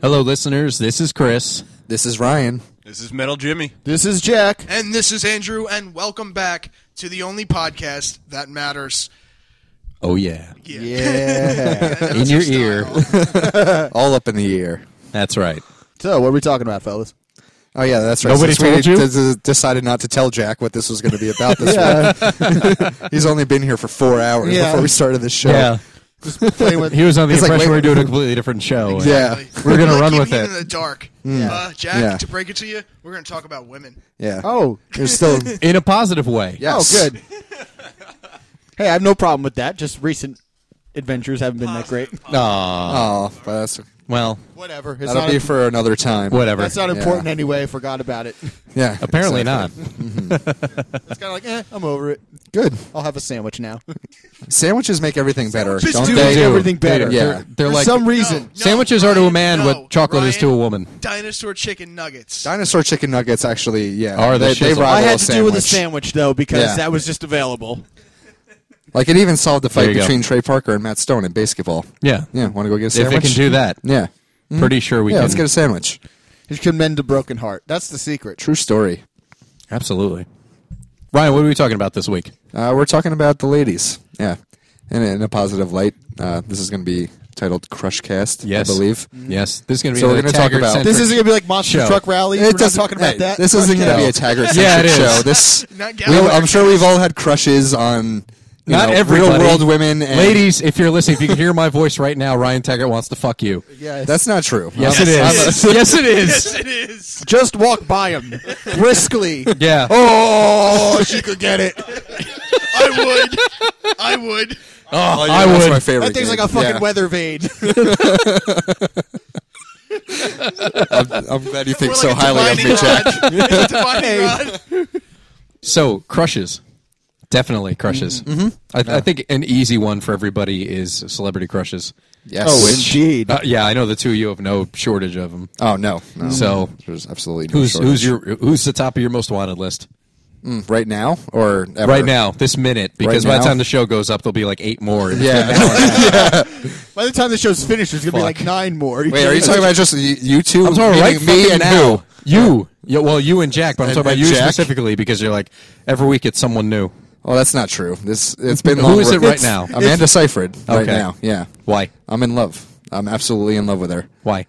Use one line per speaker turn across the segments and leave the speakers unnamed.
Hello, listeners. This is Chris.
This is Ryan.
This is Metal Jimmy.
This is Jack.
And this is Andrew, and welcome back to the only podcast that matters.
Oh yeah,
Yeah.
in your ear.
All up in the ear.
That's right.
so, what are we talking about, fellas?
Oh yeah, that's right.
Nobody
Since we
told you?
d- d- decided not to tell Jack what this was going to be about. This week. he's only been here for four hours
Yeah.
before we started the show.
Playing with
he was on the
It's like,
impression we
wait-
were doing a completely different show.
Yeah.
We're gonna
Like
run
keeping
with
you
it.
in the dark. Uh, Jack,
Mm. Yeah.
to break it to you, we're going to talk about women.
yeah.
oh,
there's still
in a positive way.
yes.
oh, good. hey, I have no problem with that. Just recent adventures haven't been that great.
Aw.
Oh, but that's
well,
Whatever. It's
that'll
not,
be for another time.
whatever.
that's not
Yeah.
important anyway. I forgot about it.
Yeah.
Apparently
exactly.
not.
It's kind of like, eh, I'm over it.
Good.
I'll have a sandwich now.
Sandwiches make everything better,
Sandwiches
don't
do
they?
make everything better.
Yeah.
They're, they're
For
like
some reason.
No,
sandwiches are to a
Ryan,
man
no,
what chocolate is to a
Ryan,
woman.
Dinosaur chicken nuggets.
Dinosaur chicken nuggets actually, yeah.
Are the
they, they
shizzle.
rival
I
a
had to do
sandwich.
with a sandwich though because
Yeah.
that was just available.
Like it even solved the
There
fight
you go.
between Trey Parker and Matt Stone in basketball.
Yeah.
Yeah, want to go get a
If
sandwich?
it can do that,
Yeah.
pretty sure we
Yeah,
can.
let's get a sandwich.
You can mend a broken heart. That's the secret.
True story.
Absolutely. Ryan, what are we talking about this week?
Uh, we're talking about the ladies. Yeah. In, in a positive light. Uh, this is going to be titled Crushcast,
Yes,
I believe.
Yes, this is going to be.
Mm-hmm. So we're
going
gonna
to
talk about-
This isn't gonna be like monster
Show.
truck rally. We're not talking about
hey,
that.
This isn't going to
Okay.
be a tagger
Yeah, it is.
show. This,
Not
we,
Gallagher.
I'm sure we've all had crushes on you
Not
know,
everybody.
real world women. And
Ladies, if you're listening, if you can hear my voice right now, Ryan Taggart wants to fuck you.
Yeah,
That's not true.
Yes,
I'm-
it
I'm a-
is. yes, it is.
Yes, it is.
just walk by him briskly.
Yeah.
Oh, she could get it.
I would. I would.
Oh, yeah,
I
that's
would.
my favorite.
That thing's
game.
like a fucking
Yeah.
weather vane.
I'm glad you think
We're
so
like a
highly of me,
divining
Jack.
rod. It's a divining rod.
So crushes, definitely crushes. Mm-hmm. I, I think an easy one for everybody is celebrity crushes.
Yes.
Oh,
indeed.
Uh, yeah, I know the two of you have no shortage of them.
Oh no, no.
So
there's absolutely no
who's
shortage.
who's your who's the top of your most wanted list
right now or ever?
Uh, right now, this minute? Because
Right
by the
now?
time the show goes up, there'll be like eight more.
Yeah.
By the time the show's finished, there's gonna be like nine more.
Wait, are you talking about just you, you two?
I'm talking
meaning
right
me
fucking
and
now.
who?
You, yeah, well, you and Jack, but I'm
And-
talking about
and
you
Jack.
specifically because you're like every week it's someone new.
Well, Oh, that's not true. This it's been
Who
long.
is it right
It's-
now?
Amanda Seyfried. Right
Okay.
now, yeah.
Why?
I'm in love. I'm absolutely in love with her.
Why?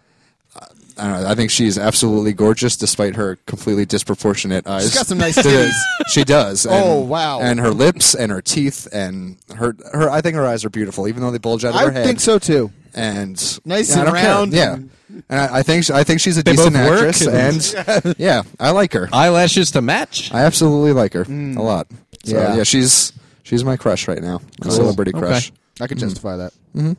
I, don't know, I think she's absolutely gorgeous, despite her completely disproportionate eyes.
She's got some nice
To the-
titties.
she does. and-
Oh, wow.
And her lips and her teeth and her her. I think her eyes are beautiful, even though they bulge out of
I
her head.
think so too.
and
Nice
yeah, I
and
don't care.
round
Yeah,
and-
and I, I think she- I think she's a decent
both work
actress,
and-
and, yeah, I like her. I,
Eyelashes to match.
absolutely like her a lot. So, yeah,
Yeah.
she's she's my crush right now, my celebrity
Okay.
crush.
I can justify that.
Hmm.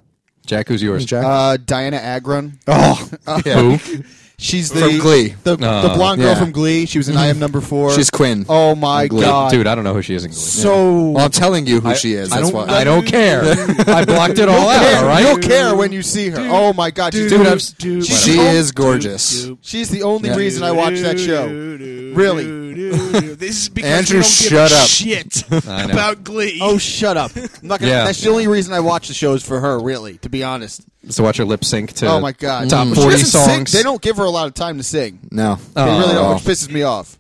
Jack, who's yours?
Jack,
Uh, Diana Agron.
yeah.
She's the
Oh. From Glee. Uh,
the, the blonde girl
yeah. Hmm.
from Glee. She was in I Am Number Four.
she's Quinn.
Oh my
Glee.
god,
Dude, I don't know who she is in Glee.
So
Well, I'm telling you who she is.
I
That's
don't.
why.
I don't care. I blocked it all out.
care.
All right.
You'll care when you see her. oh my god, she's
Dude,
the-
I've- dude,
she's
She
the only-
is gorgeous.
She's the only reason I watch that show. Really?
This is because
Andrew,
we don't give
shut
a
up.
shit
I know.
about Glee.
Oh, shut up! I'm not gonna,
Yeah.
That's the only reason I watch the shows for her. Really, to be honest.
So watch her lip sync to.
Oh my god,
Top
She
forty
doesn't sing.
songs.
They don't give her a lot of time to sing.
No,
They really
Oh.
don't, which pisses me off.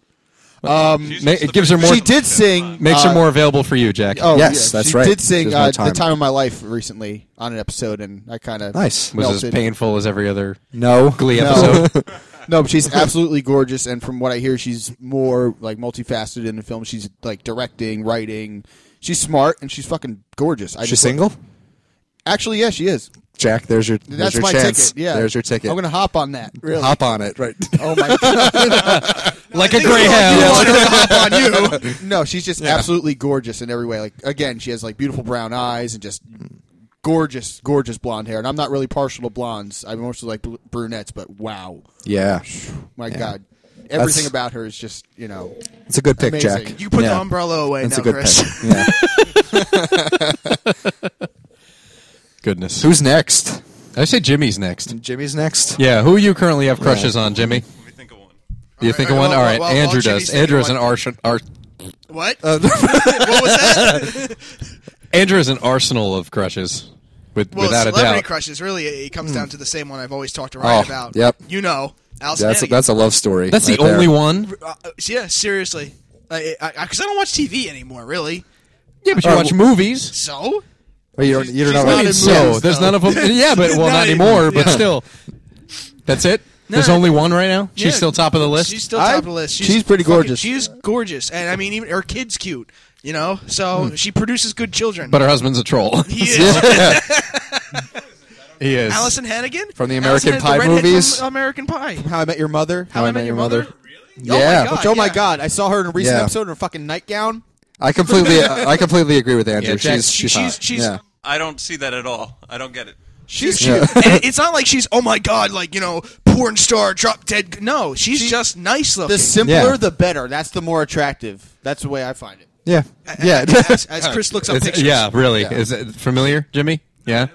Ma- it gives her more.
She did sing.
Makes
uh,
her more available for you, Jack.
Oh,
Yes,
yeah,
that's
she
right.
Did sing
There's no
uh,
time.
the time of my life recently on an episode, and I kind of
Nice.
was as
melted.
painful as every other
no,
Glee
No.
episode.
No, but she's absolutely gorgeous, and from what I hear, she's more like multifaceted in the film. She's like directing, writing. She's smart and she's fucking gorgeous. I
She's
just-
single.
Actually, yeah, she is.
Jack, there's your there's
That's
your
my
chance.
ticket. Yeah,
there's your ticket.
I'm gonna hop on that. Really?
hop on it. Right.
Oh my god!
like a
think we all
greyhound.
do
I don't hop on you. No, she's just absolutely gorgeous in every way. Like again, she has like beautiful brown eyes and just gorgeous, gorgeous blonde hair. And I'm not really partial to blondes. I mostly like br- brunettes, but wow,
yeah,
my god, everything about her is just you know
it's a good pick,
Amazing.
Jack.
you put
yeah.
the umbrella away
That's
now,
a good
Chris.
pick. Yeah.
Goodness.
Who's next?
I say Jimmy's next.
Jimmy's next.
Yeah. Who you currently have crushes on, Jimmy?
Let me think of one.
Do you think of
all
one?
right,
All
well,
right.
well, well,
Andrew
Jimmy's
does.
thinking
Andrew is an
one.
arsh- ar-
Uh,
What? what was that?
Andrew is an arsenal of crushes. with,
Well,
without a
celebrity
doubt.
crushes really it comes down to the same one I've always talked to Ryan
Oh,
about.
yep.
You know, Allison
That's
Hannigan.
that's a love story.
That's the
right there.
only one.
Uh, uh, yeah, seriously. Because I, I, 'cause I don't watch TV anymore, really.
Yeah, but you
Uh,
Oh,
watch movies.
So
Well, you don't you don't know
she's not
about-
in
So
movies,
there's
though.
none of them. Yeah, but well,
Not
not
even-
anymore. But
yeah.
still, that's it. There's
No.
only one right now. She's
Yeah.
still top of the list.
she's still
I-
top of the list. She's,
she's pretty
fucking-
gorgeous.
She's gorgeous, and I mean, even her kid's cute. You know, so she produces good children.
but uh, her husband's a troll.
he is
he is.
Allison Hannigan
From the
Allison
American
Hannigan,
Pie
the redhead
movies?
From American Pie.
How I Met Your Mother.
How I Met Your Mother.
Yeah.
God.
Which, oh my
yeah.
god, I saw her in a recent
Yeah.
episode in a fucking nightgown.
I completely I completely agree with Andrew.
Yeah, Jack-
she's she's
she's-
hot.
she's-
yeah.
I don't see that at all. I don't get it.
She's cute. And it's not like she's oh my god, like you know, porn star, drop dead. No, she's just nice looking.
The simpler,
Yeah.
the better. That's the more attractive. That's the way I find it.
yeah yeah
as, as Chris looks up
It's-
pictures.
yeah, really. Is it familiar, Jimmy? Yeah.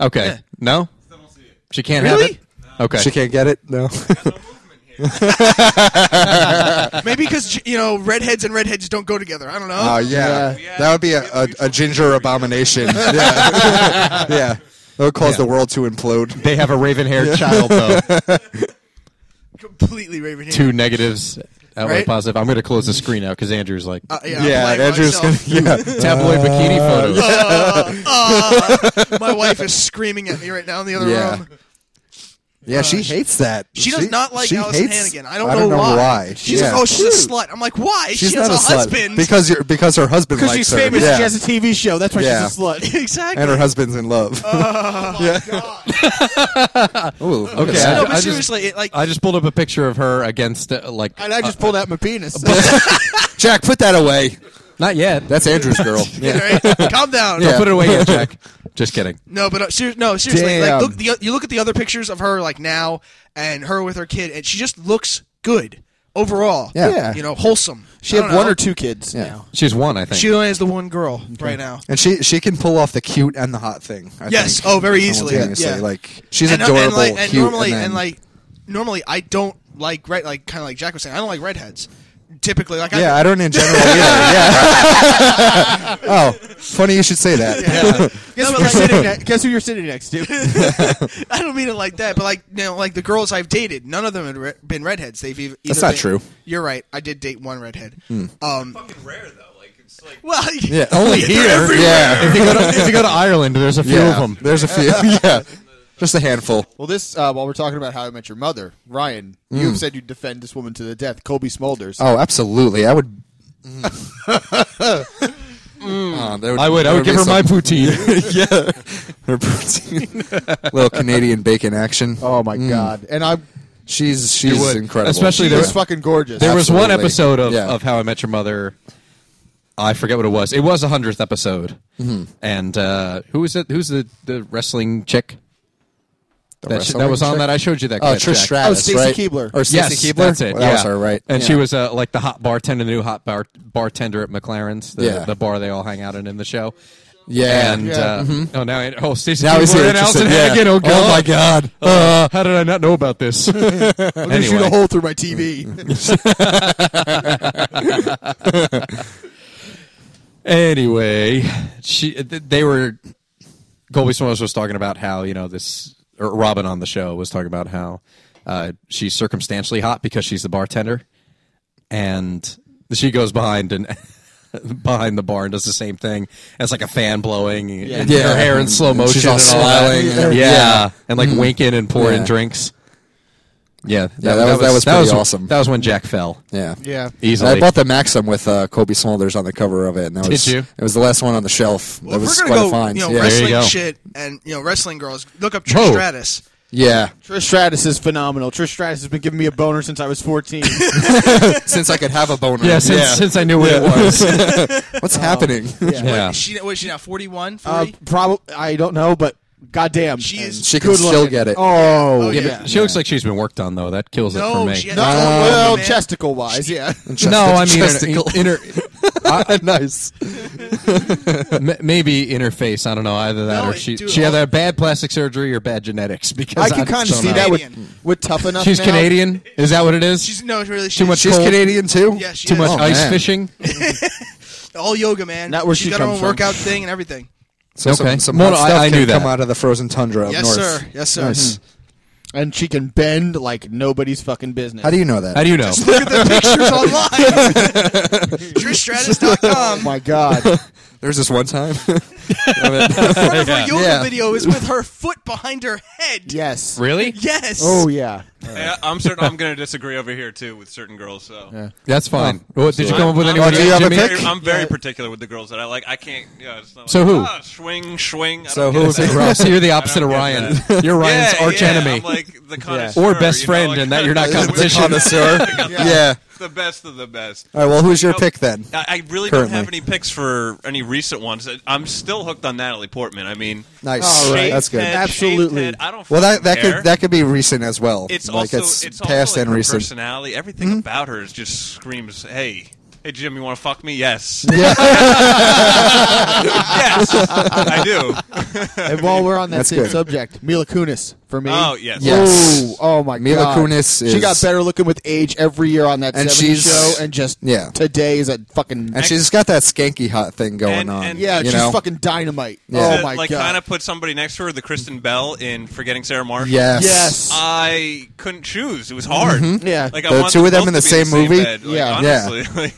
Okay. No. She can't have
Really?
it. Okay.
She can't get it. No.
Maybe because you know redheads and redheads don't go together. I don't know.
Oh yeah. that would be a, a, a ginger abomination. Yeah, yeah, that would cause the world to implode.
They have a raven-haired child though.
Completely raven hair.
Two negatives outweigh
Right?
positive. I'm going to close the screen out because Andrew's like
Uh, yeah, I'm
Yeah,
playing
Andrew's gonna.
myself.
Yeah,
tabloid bikini photos.
My wife is screaming at me right now in the other
Yeah.
room.
yeah, she hates that.
Uh, She does not like
she
Allison
hates-
Hannigan. I don't,
I don't know why.
She's
Yeah.
like, oh, she's a slut. I'm like, why?
She's
she
not
has
a, slut
a, husband.
because you're because her husband
Because
likes
she's
her.
famous,
Yeah.
she has a TV show. That's why
Yeah.
she's a slut.
exactly.
and her husband's in love.
Oh,
Ooh, okay.
Yeah,
no,
I
but
just-
seriously, it, like
I just pulled up a picture of her against uh, like
And I just pulled out my penis.
Jack, put that away.
not yet.
That's Andrew's girl. Yeah.
right? calm down.
Don't put it away yet, Jack. just kidding.
No, but uh, ser- no, seriously.
Damn.
Like, look, the, you look at the other pictures of her like now, and her with her kid, and she just looks good overall.
Yeah.
Yeah.
you know, wholesome.
she
I
had
don't
one
know.
or two kids.
Yeah.
now.
She's one, I think.
She only has the one girl right now.
And she she can pull off the cute and the hot thing. I
Yes.
think,
Oh, very easily.
simultaneously.
Yeah.
Like she's
and, uh,
adorable,
and, like, and
cute,
normally,
then-
and like normally, I don't like right, like kind of like Jack was saying, I don't like redheads. Typically, like
yeah, I
I,
don't in general either. Yeah. oh, funny you should say that.
Guess, who
No, but
you're
like-
sitting ne- guess who you're sitting next to?
I don't mean it like that, but like you know, like the girls I've dated, none of them had re- been redheads. They've ev- either
That's not
been-
true. Hmm.
You're right. I did date one redhead. Um,
Fucking rare though. Like it's like
well,
Yeah, only here. Yeah,
if, you go to, if you go to Ireland, there's a few
yeah.
of them.
There's a few. Yeah, just a handful.
well, this uh, while we're talking about how I met your mother, Ryan, you have said you defend this woman to the death, Kobe Smulders.
Oh, absolutely. I would.
Mm.
Oh, there
I would. I
there
would give
be
her my
some-
poutine.
her protein. little Canadian bacon action.
Oh, my god! And I,
she's she's
would.
incredible.
Especially
she
there-
was fucking gorgeous.
there was one
Absolutely.
episode of,
Yeah.
of How I Met Your Mother. I forget what it was. It was a hundredth episode,
Mm-hmm.
and uh, who is it? Who's the, the wrestling chick
The
that, sh-
wrestling
that was on
chick?
that? I showed you that.
Oh,
clip,
Trish
Jack.
Stratus.
Oh, Stacey
right?
Keebler.
Or
Yes,
Stacey Keebler.
that's it.
Well,
yeah,
That was her, right?
And
Yeah.
she was uh, like the hot bartender, new hot bar- bartender at McLaren's, the,
Yeah.
the bar they all hang out in in the show.
Yeah.
And
yeah.
Uh, oh, now oh, Stacey
Now he's
Keebler
here.
and Allison
Interested. Yeah.
Hannigan. Oh, God.
my God.
Uh, how did I not know about this?
I'm gonna shoot
anyway.
a hole through my TV.
Anyway, she th- they were Colby Smulders was talking about how you know this or Robin on the show was talking about how uh, she's circumstantially hot because she's the bartender, and she goes behind and behind the bar and does the same thing as like a fan blowing, and
Yeah.
her hair in slow
And
motion,
she's all
and all
smiling
that.
and-
yeah.
yeah. Mm-hmm.
and like winking and pouring
Yeah.
drinks. Yeah, that,
that was- that was pretty awesome.
That was when Jack fell
Yeah.
yeah.
easily.
I bought the Maxim with uh, Kobe Smulders on the cover of it, and that was
you?
it was the last one on the shelf.
Well,
that
if
was
we're
quite
gonna
a
go,
find.
you know,
yeah,
rest-
wrestling
go.
shit and you know, wrestling girls. Look up Trish
Whoa.
Stratus.
yeah.
Trish Stratus is phenomenal. Trish Stratus has been giving me a boner since I was 14.
Since I could have a boner.
yeah, since, since I knew what it was.
What's happening?
Yeah.
yeah.
Is she what is she now? Forty one.
Uh,
Forty.
probably I don't know, but goddamn,
She
And
is
She can
good
still
looking.
get it.
Oh,
Oh,
yeah.
yeah.
She looks like she's been worked on though. That kills it for
no,
me.
she has
No,
only one,
well,
man.
chesticle wise, yeah.
No, I mean
Chesticle.
inter,
nice.
m- maybe interface. I don't know either that
No,
or she
dude,
she either
all-
had bad plastic surgery or bad genetics because
I can kind of
don't
see
know.
that
Canadian.
with with tough enough.
She's
now.
Canadian. Is that what it is?
She's no, really. She's
Too much
She's
cold,
Canadian too.
Yeah, she
too
is.
much
Oh,
ice
man.
fishing.
all yoga, man.
Not where
She's
she
got her
comes
own
from.
workout thing and everything.
So
Okay.
some, some
Well,
hot
I-
stuff
I
can
knew that.
come out of the frozen tundra up
Yes,
north.
sir. Yes, sir.
Nice.
and she can bend like nobody's fucking business.
How do you know that?
How do you know?
Look at the pictures online.
Oh
TrishStratus.com.
my god!
There's this one time.
Part of her yoga
Yeah.
video is with her foot behind her head.
yes.
really?
Yes.
Oh yeah.
Yeah, I'm certain I'm going to disagree over here too with certain girls. So
That's fine. What, did you come up with
I'm-
anyone?
Oh, do you have a
Jimmy?
pick?
Very- I'm very particular with the girls that I like. I can't. Yeah, it's not
So
like,
who?
Ah, swing, swing. I
So
don't
who
get
would be
that.
Ross, you're the opposite of
get
Ryan.
that.
You're Ryan's
yeah,
arch
yeah,
enemy.
I'm like the connoisseur,
Or best
you know,
friend,
like-
and that you're not competition.
connoisseur. yeah.
the best of the best.
All right. Well, who's your
No,
pick then?
I, I really
Currently.
don't have any picks for any recent ones. I- I'm still hooked on Natalie Portman. I mean,
Nice.
All right.
shaved
That's good.
head, shaved
Absolutely.
head, I don't.
Well, that that
fucking care.
could that could be recent as well.
It's
like
also
it's,
it's
past
also, like,
and
her
recent. Mm-hmm.
Personality, everything about her is just screams, "Hey, hey, Jim, you want to fuck me? Yes,
Yeah.
yes, I do."
And while we're on that
That's
same
good.
subject, Mila Kunis for me.
Oh yes,
Yeah. Yes.
Oh, oh my
Mila
god.
Kunis is-
She got better looking with age every year on that
And
70s
she's-
show and just
Yeah.
today is a fucking
and she's got that skanky hot thing going
And-
on.
and-
Yeah,
you
she's
know?
fucking dynamite.
Yeah.
Oh my
like
god.
kind of put somebody next to her, the Kristen Bell in Forgetting Sarah Marshall.
Yes. Mm-hmm.
Yes.
I couldn't choose. It was hard.
Yeah.
like I
The
want
two of them
both
in the
to be
same movie?
bed. Like,
Yeah.
Yeah.
honestly, like,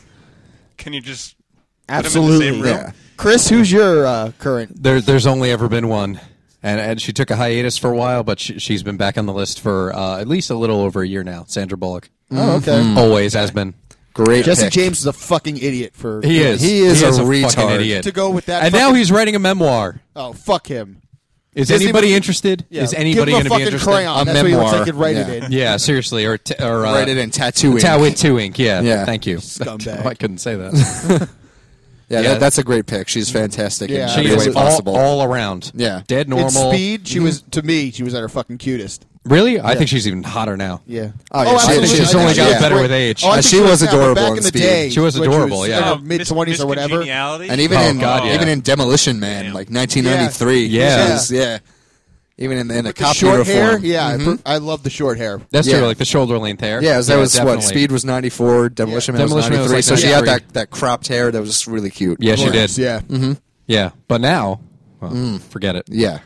can you just
Absolutely.
Put 'em in the same room?
Yeah.
Chris, who's your uh, current?
There, there's only ever been one, and and she took a hiatus for a while, but she, she's been back on the list for uh, at least a little over a year now. Sandra Bullock Mm.
Oh, okay.
always has been.
Great.
Jesse
Mm-hmm. pick.
James is a fucking idiot for
He is.
He is a
fucking
retard.
idiot.
To go with that
and now
fucking-
he's writing a memoir.
Oh, fuck him.
Is
Does he
anybody
even-
interested?
Yeah.
Is anybody going
Give him a
to be
fucking
interested?
crayon.
A
That's what he looks
memoir.
like he'd write
Yeah.
it in.
Yeah, seriously, or t- or uh,
Write it in tattooing.
Tattoo ink. Yeah,
Yeah.
thank you.
Scumbag.
I couldn't say that.
Yeah,
Yeah.
That, that's a great pick. She's fantastic. in
Yeah.
she
every
is
way
all,
possible.
all around.
Yeah.
dead
In
normal.
speed, she
Mm-hmm.
was to me, she was at her fucking cutest.
Really, I think she's even hotter now.
Yeah.
Oh, yeah, she-
absolutely.
she's
I think
only got
was
better
great.
with age.
I
Uh,
think
she was
now, but
adorable
back
in
in the
Speed.
day.
She was
when
adorable, yeah.
in her
Oh,
mid twenties or whatever.
and even
Oh,
in
God, yeah.
even in Demolition Man,
Damn.
like 1993.
Yeah.
which is- yeah. Even in, in a
With the
cop Mm-hmm.
short hair,
uniform.
yeah, I love the short hair.
That's
Yeah.
true, like the shoulder length hair.
Yeah, that was
definitely.
what Speed was ninety four, Demolition Man
Demolition Man was
was ninety three.
like
so she had
93.
that, that cropped hair that was just really cute.
Yeah, she
Gorgeous,
did.
Yeah,
Mm-hmm.
Yeah, but now, well, forget it.
Hmm. yeah,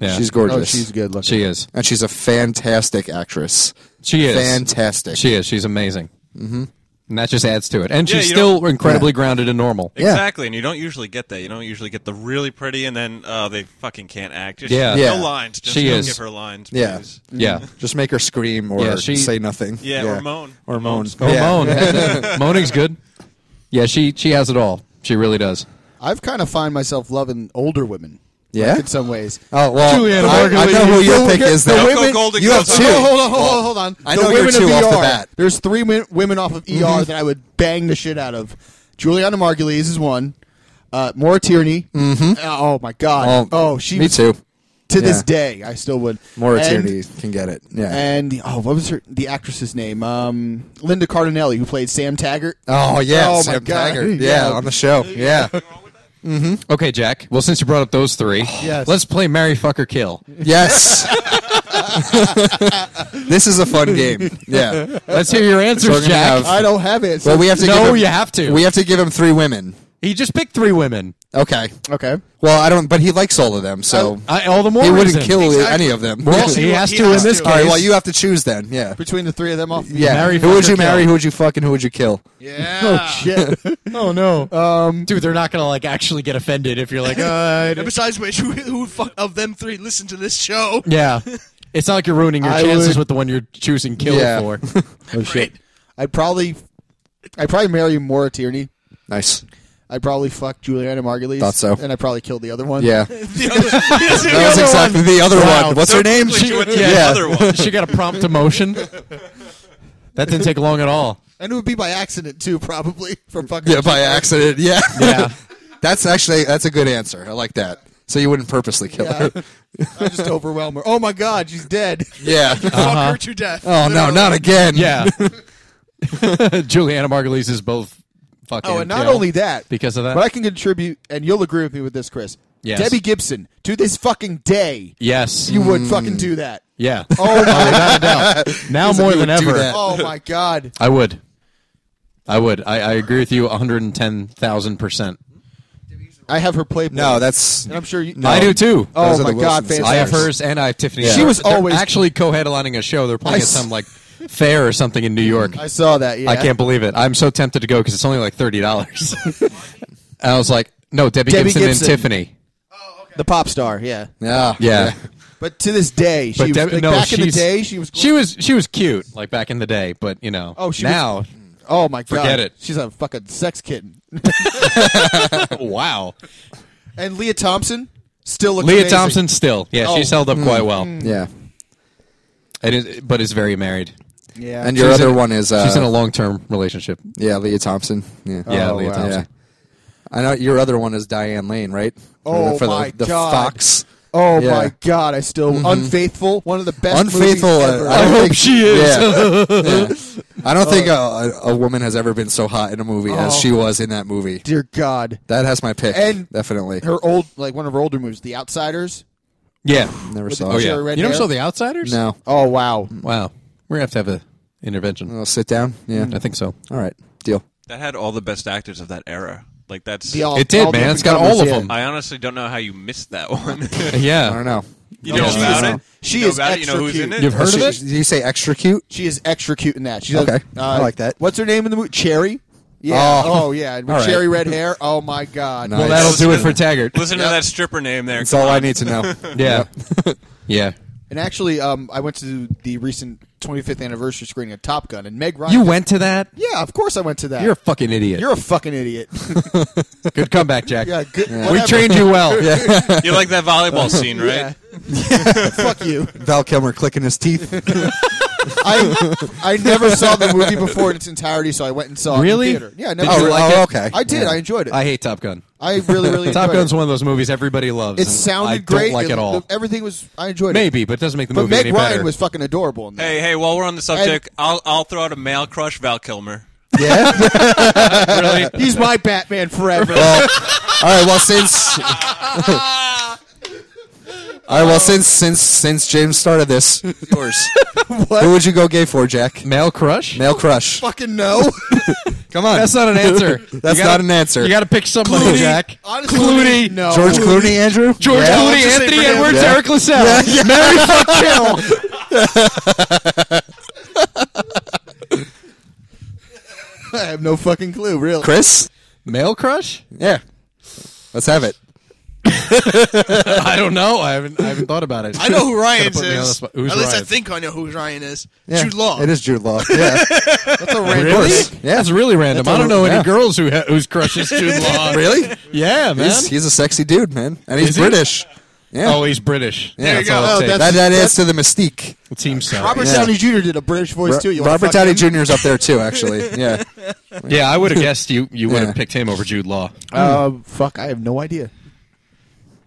Yeah.
she's
oh,
gorgeous.
she's good looking.
She is.
and she's a fantastic actress.
She is.
fantastic.
She is. She's amazing. Mm-hmm. And that just adds to it. And
Yeah,
she's
you
still incredibly grounded and normal.
Yeah.
Exactly, and you don't usually get that. You don't usually get the really pretty, and then oh, they fucking can't act. Just,
Yeah.
Yeah.
no lines. Just
She
don't
is.
give her lines.
Yeah.
please.
Yeah.
Just make her scream or
Yeah, she-
say nothing.
yeah, or moan,
Or moan.
Or
Yeah.
moan. Moaning's good. Yeah, she she has it all. She really does.
I've kind of find myself loving older women.
Yeah?
like, in some ways.
Oh well,
Juliana
I, I
Margulies.
know who your
Don't
pick
get
is.
the
Though.
women- Golden
you have
Girls.
two.
Oh, hold on, hold on, hold on.
I
the
know you're
women
two
of
off the
ER.
bat. Mm-hmm.
There's three wi- women off of ER that I would bang the shit out of. Juliana Margulies is one. Uh, Maura Tierney. Mm-hmm. Oh my
Um,
god. Oh, she.
Me
was-
too.
To this
Yeah.
day, I still would.
Maura
And-
Tierney can get it. Yeah.
And oh, what was her the actress's name? Um, Linda Cardinelli, who played Sam Taggart.
oh yeah,
Oh, my
Sam
God.
Taggart. Yeah,
Yeah.
on the show. Yeah,
Okay, Jack. Well, since you brought up those three,
Yes.
let's play Marry, Fuck, or Kill.
yes. this is a fun game. Yeah.
Let's hear your
So
answers,
we're gonna
Jack.
have-
I don't have it. so-
Well, we have to.
No,
give him,
you have to.
We have to give him three women.
he just picked three women.
Okay.
okay.
Well, I don't. But he likes all of them, so
I, all the more
he
Uh, reason.
wouldn't kill any of them.
Well, he has to in this
all right.
case.
Well, you have to choose then. Yeah.
Between the three of them, off.
Yeah.
Marry,
who would
fuck,
you
or
marry?
kill.
Who would you fuck? And who would you kill?
Oh shit. oh no. Um.
dude, they're not gonna like actually get offended if you're like, uh,
And besides which, who, who fuck of them three listen to this show?
yeah. It's not like you're ruining your
I
chances
would-
with the one you're choosing kill
Yeah.
for.
Oh shit. I'd probably, I'd probably marry Maura Tierney.
Nice.
I'd probably fuck Juliana Margulies.
Thought so.
And I probably killed the other one.
Yeah.
The other- yes, the
That was
other one.
exactly the other
Wow.
one. What's her name?
She went to
Yeah.
the other one.
she got a prompt emotion. That didn't take long at all.
And it would be by accident too, probably from fucking.
Yeah, by accident. Yeah.
Yeah.
that's actually that's a good answer. I like that. So you wouldn't purposely kill
Yeah.
her.
I just overwhelm her. Oh my god, she's dead.
Yeah.
Fuck her to death.
oh no, not again.
Yeah. Juliana Margulies is both fucking.
Oh, and not
kill
only that,
because of that.
but I can contribute, and you'll agree with me with this, Chris.
Yes.
Debbie Gibson to this fucking day,
yes,
you
Mm.
would fucking do that.
yeah.
Oh my,
Without a doubt. Now more
you
than
would do
ever,
that.
oh my god.
I would. I would. I, I agree with you 110,000 percent.
I have her Playboy.
No, that's.
And I'm sure you.
No.
I do too.
Oh
Those are
my
the
God,
Wilson
fantastic!
I have hers and I have Tiffany.
Yeah.
She
She
was
was always-
actually co-headlining a show. They're playing
I
at some like fair or something in New York.
Mm-hmm. I saw that. Yeah,
I can't believe it. I'm so tempted to go because it's only like thirty dollars. and I was like, no, Debbie,
Debbie
Gibson,
Gibson.
and Tiffany.
The pop star. Yeah,
Yeah.
Yeah.
but to this day, she
But
was,
Debbie,
like,
no,
back in the
she's-
day, she was.
she was she was cute like back in the day, but you know.
Oh, she was-
now.
oh my God,
Forget it.
She's a fucking sex kitten.
wow.
And Leah Thompson still looks.
Leah
amazing. Oh. Mm.
Thompson still, yeah, she's held up quite well,
Yeah.
It is- but is very married.
Yeah,
And your
She's
other
in-
one is. Uh,
she's in a long-term relationship.
yeah, Leah Thompson. Yeah.
Yeah,
Oh,
Leah
wow.
Thompson.
I know your other one is Diane Lane, right?
Oh,
for the,
my
the
God.
Fox. Yeah.
Oh
Mm-hmm.
my God! I still unfaithful. One of the best. movies
Unfaithful, uh,
ever.
I hope
Oh, she
Yeah. Yeah. I don't think a, a, a woman has ever been so hot in a movie as
Oh.
she was in that movie.
Dear God,
That has my pick.
And-
definitely.
her old like one of her older movies, The Outsiders.
Yeah.
Never
with
saw
Oh
it.
the-
yeah.
Sure, red
you never
hair.
saw The Outsiders?
No.
Oh wow!
Wow. We're gonna have to have a intervention.
Oh.
I'll sit down. Yeah.
Mm.
I think so.
All right. Deal.
That had all the best actors of that era. Like that's.
The all-
It did,
all the
man. It's
up and
got all
comers,
of
yeah.
them.
I honestly don't know how you missed that one.
Yeah.
I don't know.
you know
Yeah.
about
She is- she
it. you know
is
about it. You know
extra
who's in
cute.
it.
You've heard of
She-
it?
Did you say extra cute?
She is extra cute in that. She's
Okay.
uh,
I like that.
What's her name in the movie? Cherry. Yeah. Oh, yeah. With
All right.
cherry red hair. Oh my God.
Nice.
Well, that'll do it
Listen
for
to-
Taggart.
Listen to that stripper name there.
That's all I need to know.
Yeah. yeah.
And actually, um, I went to the recent 25th anniversary screening of Top Gun, and Meg Ryan.
You went to that?
Yeah, of course I went to that.
You're a fucking idiot.
You're a fucking idiot.
good comeback, Jack.
yeah. Good,
We
whatever.
trained you well. yeah.
You like that volleyball scene, right?
Yeah. Fuck you.
Val Kilmer clicking his teeth.
I I never saw the movie before in its entirety, so I went and saw
Really?
it in the theater. Yeah, I never
Did
saw
you
it.
like
oh,
it?
okay.
I did.
Yeah.
I enjoyed it.
I hate Top Gun.
I really, really
Top
enjoyed
Gun's
it.
one of those movies everybody loves.
It
and
sounded
I
great.
Don't like it,
the-
all.
the- everything was. I enjoyed it.
Maybe, but it doesn't make the
But
movie
Meg
any
Ryan
better.
was fucking adorable in that.
Hey, hey. While we're on the subject, I'll I'll throw out a male crush, Val Kilmer.
yeah.
Really?
He's my Batman forever.
All right. Well, since. All right. Well, since since since James started this, yours. Who would you go gay for, Jack?
Male crush?
Male crush.
fucking no.
Come on.
That's not an answer. You
That's
gotta-
not an answer.
You got to pick somebody,
Clooney.
Jack.
Honestly,
Clooney.
no.
George Clooney, Andrew.
George
Yeah.
Clooney,
just say
Anthony
for him.
Edwards,
Yeah.
Eric Lassell. Marry, fuck, kill.
I have no fucking clue, really.
Chris.
Male crush?
Yeah. Let's have it.
I don't know. I haven't. I haven't thought about it.
I know who
Gotta
Ryan's
put me on the
is.
spot. Who's
At least I
Ryan?
think I know who Ryan is.
Yeah.
Jude Law.
It is Jude Law. Yeah.
That's a random.
Really?
pick.
Yeah.
That's really random.
That's
I don't
all-
know any
yeah.
girls who ha- whose crushes Jude Law.
really?
Yeah, man.
He's, he's a sexy dude, man, and he's
Is he?
British. Yeah.
oh, he's British.
There
that's
you go.
all it
Oh,
takes.
that's-
that that adds to the mystique.
It seems so.
Robert
Yeah.
Downey Jr. did a British voice
Ro-
too. You wanna
Robert
fuck
Downey
him?
Jr. is up there too, actually. Yeah.
yeah, I would have guessed you. You would have
Yeah.
picked him over Jude Law.
Uh, fuck, I have no idea.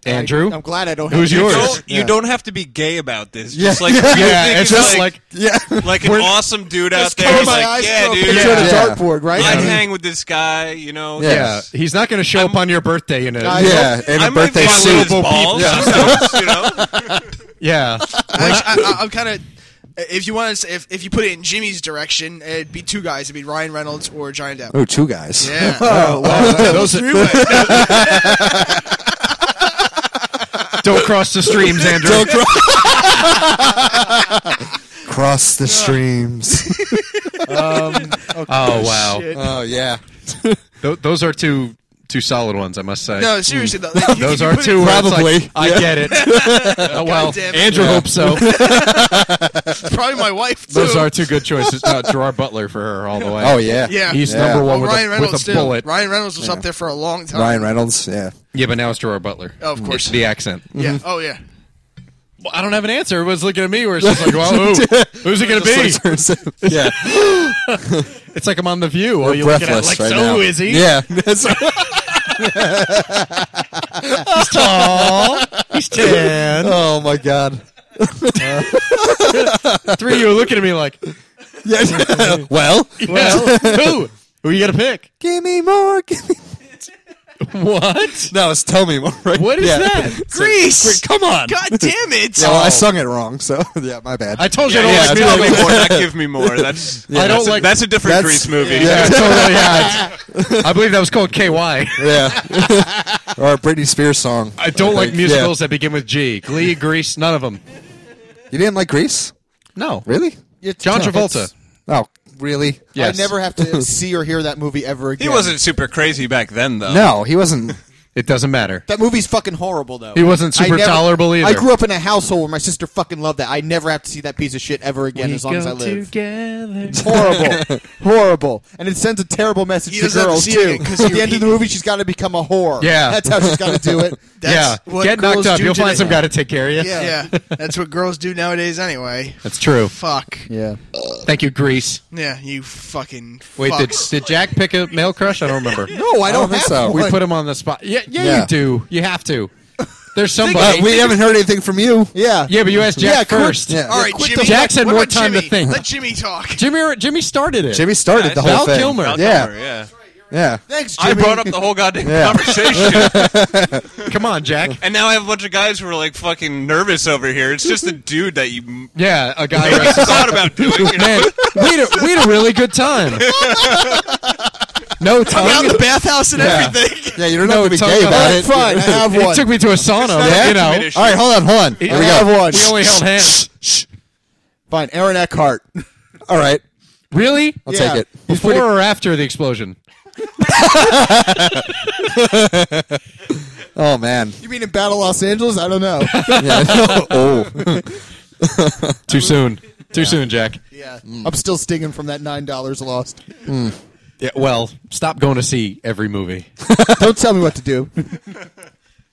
Andrew,
I, am glad I don't.
Who's
have
yours?
Don't- you
Yeah.
don't have to be gay about this. Just
Yeah.
like
Yeah,
you think
it's
it's
just like-
Yeah.
like an
We're-
awesome dude out
Just
there.
cover
He's
my
like,
eyes for
yeah,
a
dude.
picture on a
Yeah.
Yeah.
dartboard, right?
I'd
I mean,
hang with this guy. You know.
Yeah.
yeah, he's not going to show up on your birthday in a.
I-
Yeah. And
I
a
might
birthday
want
suit.
his balls. sometimes, you know?
yeah,
Actually, I, I, I'm kind of. If you want to, if, if you put it in Jimmy's direction, it'd be two guys. It'd be Ryan Reynolds or Johnny Depp.
Oh, two guys.
Yeah.
those don't cross the streams, Andrew.
Don't cro- Cross the streams.
oh wow,
oh yeah.
Th- those are two two solid ones, I must say.
No, seriously though. like, you-
Those
you
are
put it-
two. where it's
Probably.
like, I get it. Uh, well,
Goddamn.
Andrew hopes so.
Probably my wife too.
Those are two good choices. Uh, Gerard Butler for her all the way.
Oh yeah.
Yeah.
he's
Yeah.
number
Well,
one with,
Ryan
a,
Reynolds
with a
too.
bullet.
Ryan Reynolds was up there for a long time.
Ryan Reynolds. Yeah.
Yeah, but now it's Gerard Butler.
Oh, of course.
It's the accent.
Yeah. Oh yeah.
Well, I don't have an answer. Everyone's looking at me. Where it's just like, well, who? who's it going to
Just
be?
like- yeah.
It's like I'm on the View. Or
We're
you're looking at it
breathless
like,
right
so
now.
is he?
Yeah. That's-
Tall. He's ten.
oh my god.
Three. You're looking at me like,
Yeah. well.
well, who? Who you going to pick?
Give me more. Give me.
What?
No, it's tell me more. Right?
What is
Yeah.
that?
Greece.
Come on.
God damn it.
Yeah, well, I sung it wrong, so yeah, my bad.
I told you I don't
Yeah,
like
tell
music.
me more. Not give me more. That's
I don't
that's a,
like.
that's a different
That's-
Grease movie.
Yeah, totally. Yeah. I believe that was called KY.
yeah, or a Britney Spears song.
I don't like
Yeah.
musicals that begin with G. Glee, Grease, none of them.
You didn't like Grease?
No,
Really?
It's
John
tough.
Travolta.
It's-
Oh, really?
Yes.
I never have to see or hear that movie ever
He
again.
wasn't super crazy back then, though.
No, he wasn't.
It doesn't matter.
That movie's fucking horrible, though.
He wasn't
I
super tolerable either.
I grew up in a household where my sister fucking loved that. I never have to see that piece of shit ever again as long as I live.
together.
It's horrible, horrible, and it sends a terrible message
He
to
doesn't have to
girls
see
too.
it 'cause
At
you're
the end of the movie, she's got to become a whore.
Yeah.
that's how she's got to do it.
Yeah,
That's what
get knocked
girls
up.
do
You'll
today.
find some guy to take care of you.
Yeah. that's what girls do nowadays anyway.
that's true.
Fuck.
yeah,
Thank you, Grease.
Yeah, you fucking
Wait, did,
fucks.
did Jack pick a male crush? I don't remember.
No, I don't, think
have
so.
we put him on the spot. Yeah, yeah,
Yeah.
you do. You have to. There's
Uh,
somebody.
we haven't heard anything from you.
yeah,
yeah, but you asked Jack
Yeah,
first.
Yeah.
All right,
quit
Jimmy.
Jack said
what
more
about
time to
Jimmy?
think.
Let Jimmy talk.
Jimmy Jimmy started it.
Jimmy started the whole
Val
thing.
Kilmer.
Val
Yeah.
Kilmer, yeah.
Yeah.
Thanks,
I
Jimmy.
brought up the whole goddamn
Yeah.
conversation,
Come on, Jack.
and now I have a bunch of guys who are like fucking nervous over here. It's just a dude that you m-
Yeah, a guy. who-
thought about doing. You know?
Man, we had, a, we had a really good time. No tongue.
Out in the bathhouse and
Yeah.
everything.
Yeah, you don't
No,
have to be
it's all
gay
about-
about
That's
it.
fine. I have
It
one.
took me to a sauna.
not
you know,
intimate issue.
All right, hold on, hold on. Here
I
we
have
go.
one.
we only held hands.
Fine, Aaron Eckhart.
All right,
Really?
I'll
Yeah.
take it.
Before or after the explosion?
Oh man.
You mean in Battle Los Angeles? I don't know.
Yeah. oh.
Too soon. Too soon, Jack.
yeah, I'm still stinging from that nine dollars lost.
Yeah, well, stop going to see every movie.
don't tell me what to do.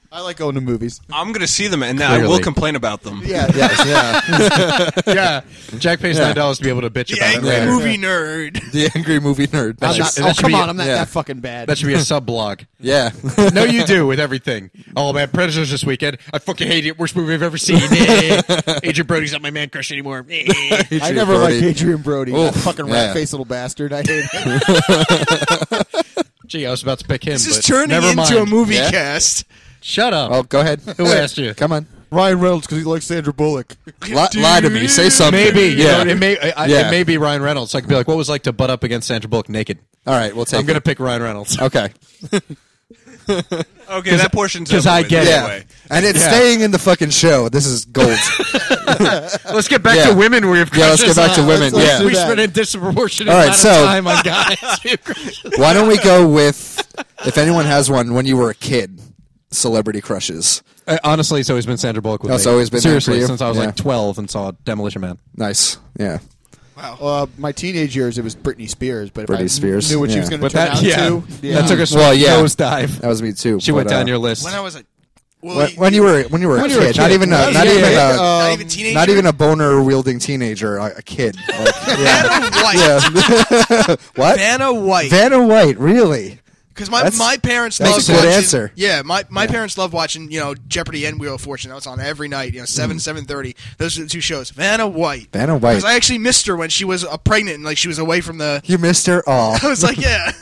I like going to movies.
I'm gonna see them, and now I will
Clearly.
complain about them.
Yeah,
Yes. Yeah.
yeah. Jack pays
Yeah.
nine dollars to be able to bitch
The
about
angry
it later.
movie nerd.
The angry movie nerd.
That
I'm
should-
not,
that
oh
should
come
be-
on, I'm not
yeah.
that fucking bad.
That should be a sub blog.
yeah.
No, you do with everything. Oh man, Predators this weekend. I fucking hate it. Worst movie I've ever seen. Eh. Agent Brody's not my man crush anymore. Eh.
I never liked Adrian Brody. That
Oof,
fucking
yeah.
rat faced little bastard. I hate him.
Gee, I was about to pick him.
This is
but
turning
never
into
mind.
a movie
Yeah.
cast.
Shut up.
Oh, go ahead.
Who asked you?
Come on.
Ryan Reynolds because he likes Sandra Bullock.
Li- lie to me. Say something.
Maybe. you
Yeah.
know, it may. I- I,
Yeah.
It may be Ryan Reynolds. I could be like, what was it like to butt up against Sandra Bullock naked?
All right, we'll take.
I'm gonna
it.
pick Ryan Reynolds.
Okay.
Okay, that portion's
'cause
over
I
with
get it.
Yeah.
anyway.
And it's staying in the fucking show. This is gold.
Let's get back
Yeah.
to women. We've
Yeah, let's get back to women.
let's
Yeah.
do
We
that.
spent a disproportionate
All right,
amount
so-
of time on guys.
Why don't we go with if anyone has one when you were a kid, celebrity crushes.
Uh, honestly, it's always been Sandra Bullock with
Oh,
me.
it's always been that for
seriously
you?
since I was
Yeah.
like 12 and saw Demolition Man.
Nice. Yeah.
Uh, my teenage years, it was Britney Spears, but if
Britney
I
Spears,
knew what she
yeah.
was going to
But
turn
that,
out
yeah,
to.
that took us
Well, yeah.
nosedive.
That was me too.
She
but,
went
uh,
down your list.
When I was like, well,
When,
you-
when you were when you were a
you were a
kid, not
kid.
even a,
Yeah,
not
yeah,
even
yeah.
a, um,
not even teenager.
not even a boner wielding teenager, a, a kid. Like, yeah.
Vanna White.
Yeah. what?
Vanna White.
Vanna White, really?
Because my,
That's-
my parents
that's
love
a good
watching,
answer.
Yeah, my, my parents love watching you know Jeopardy and Wheel of Fortune. That was on every night. You know seven seven thirty. Those are the two shows. Vanna White.
Mm. Vanna White.
Because I actually missed her when she was uh, pregnant and like she was away from the.
You missed her all.
I was like, yeah,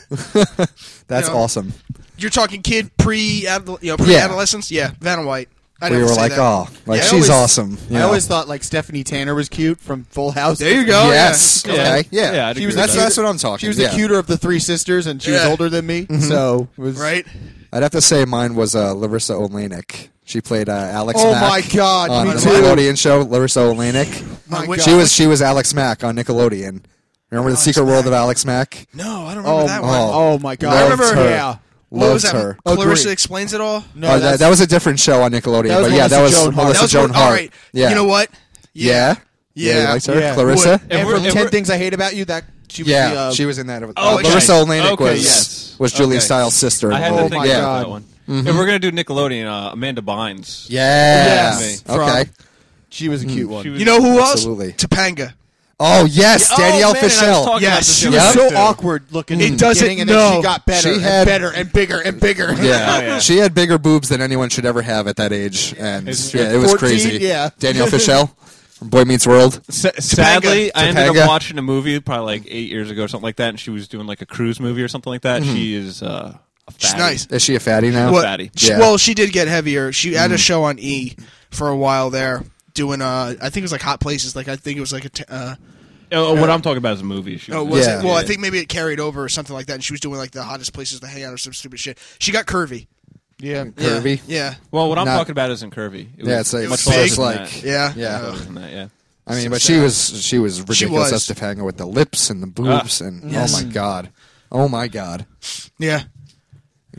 That's
Yeah.
awesome.
you're talking kid pre adol- you know pre adolescence. Yeah. Vanna White. I
We
never
were
say
like,
that.
oh, like
Yeah, I
she's
always-
awesome. you
I
know?
always thought like Stephanie Tanner was cute from Full House.
There you go.
yes.
Yeah.
Okay. Yeah.
Yeah, I'd
She was the
agree with
that's
that.
that's what I'm talking.
She was
yeah. Mm-hmm.
the cuter of the three sisters, and she was
Yeah.
older than me, so it was
Right.
I'd have to say mine was uh, Larissa Olenek. She played uh, Alex.
Oh
Mack
my God,
On
me
the
too.
Nickelodeon show, Larissa Olenek.
My
Which-
God.
She was she was Alex Mack on Nickelodeon. Remember the Secret World of Alex Mack?
No, I don't remember
Oh,
that one.
oh.
oh, my God!
Loved
I remember.
her.
Yeah.
What was
Loved
that? Oh,
her.
Clarissa
Agreed.
explains it all.
No,
oh,
that's-
that, that was a different show on Nickelodeon,
That was
but yeah, that was
Melissa Joan Hart.
Melissa
that was
Joan
what-
Hart.
All right.
Yeah.
You know what?
Yeah.
Yeah.
you liked her,
Yeah.
Clarissa.
and
And we're-
from
and
Ten
we're-
Things I Hate About You, that she was.
yeah,
the, uh,
she was in that. Uh,
Oh, okay.
Larissa Olenek
Okay,
was
yes.
was Julie
Okay.
Stiles' sister.
I had
oh
to think
yeah.
about that one. If we're gonna do Nickelodeon, uh, Amanda Bynes.
Yeah.
Yes.
From-
Okay.
she
Mm.
was a cute one.
She was-
You know who
Absolutely.
else? Topanga.
Oh yes,
Oh,
Danielle
man, I was
Fischel.
talking
Yeah,
about this
she
the
was
other
so
day,
so
too.
awkward looking.
It
and
doesn't-
getting, and
no.
then she got better
She
and
had-
better and bigger and bigger.
Yeah.
Oh, yeah.
she had bigger boobs than anyone should ever have at that age, and
It's true.
yeah, it was
14,
crazy.
yeah.
Danielle Fischel from Boy Meets World.
Sa- sadly, I ended
Topanga.
up watching a movie probably like eight years ago or something like that, and she was doing like a cruise movie or something like that. She is uh, a
She's
fatty.
nice.
Is she a fatty now?
What-
fatty.
she-
Yeah. Mm-hmm.
Well, she did get heavier. She had a show on E for a while there, doing uh, I think it was like Hot Places. Like I think it was like a. T- uh,
Oh, what I'm talking about is a movie. She
oh,
was-
was
Yeah.
it? Well, I think maybe it carried over or something like that. And she was doing like the hottest places to hang out or some stupid shit. She got curvy.
Yeah.
Curvy.
Yeah.
Well, what I'm
Not-
talking about isn't curvy. It
Yeah, it's like
It was
so
big.
it's like
Yeah. Yeah.
Yeah.
Ugh.
Other than that, yeah.
I mean,
So
but she
sad.
was she was ridiculous.
was.
That's the hanger with the lips and the boobs
Ah.
and
Mm-hmm.
oh my god, oh my god.
Yeah.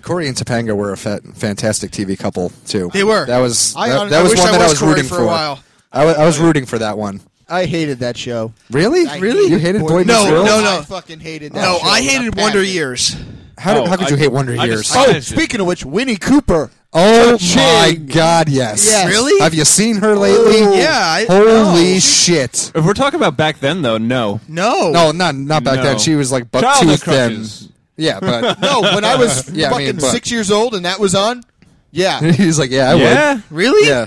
Corey and Topanga were a fa- fantastic TV couple too.
They were.
That was
I
that,
hon-
that
I
was
wish
one
I
that I
was
was
Corey
rooting
for a while.
I wa- I was rooting for that one.
I hated that show.
Really,
I
really,
hated
you hated Boy
Meets
No,
Meets
no,
World?
no.
I fucking hated
Oh,
that.
No,
show
I
with a
hated Wonder
passion.
Years.
How, did,
Oh,
how could
I-
you hate Wonder
I
Years?
just- I
Oh,
just-
speaking of which, Winnie Cooper.
oh my
Cha-ching.
god, yes.
Yes.
Really?
Have you seen her lately?
yeah, I-
Holy
no.
shit.
If we're talking about back then, though, no.
No.
No, not not back
No.
then. She was like buck
Childhood
toothed then.
crushes.
Yeah, but
No, when I was
Yeah, I
fucking
mean, but-
six years old and that was on. Yeah.
he's like, yeah, I
Yeah.
would.
Really?
Yeah.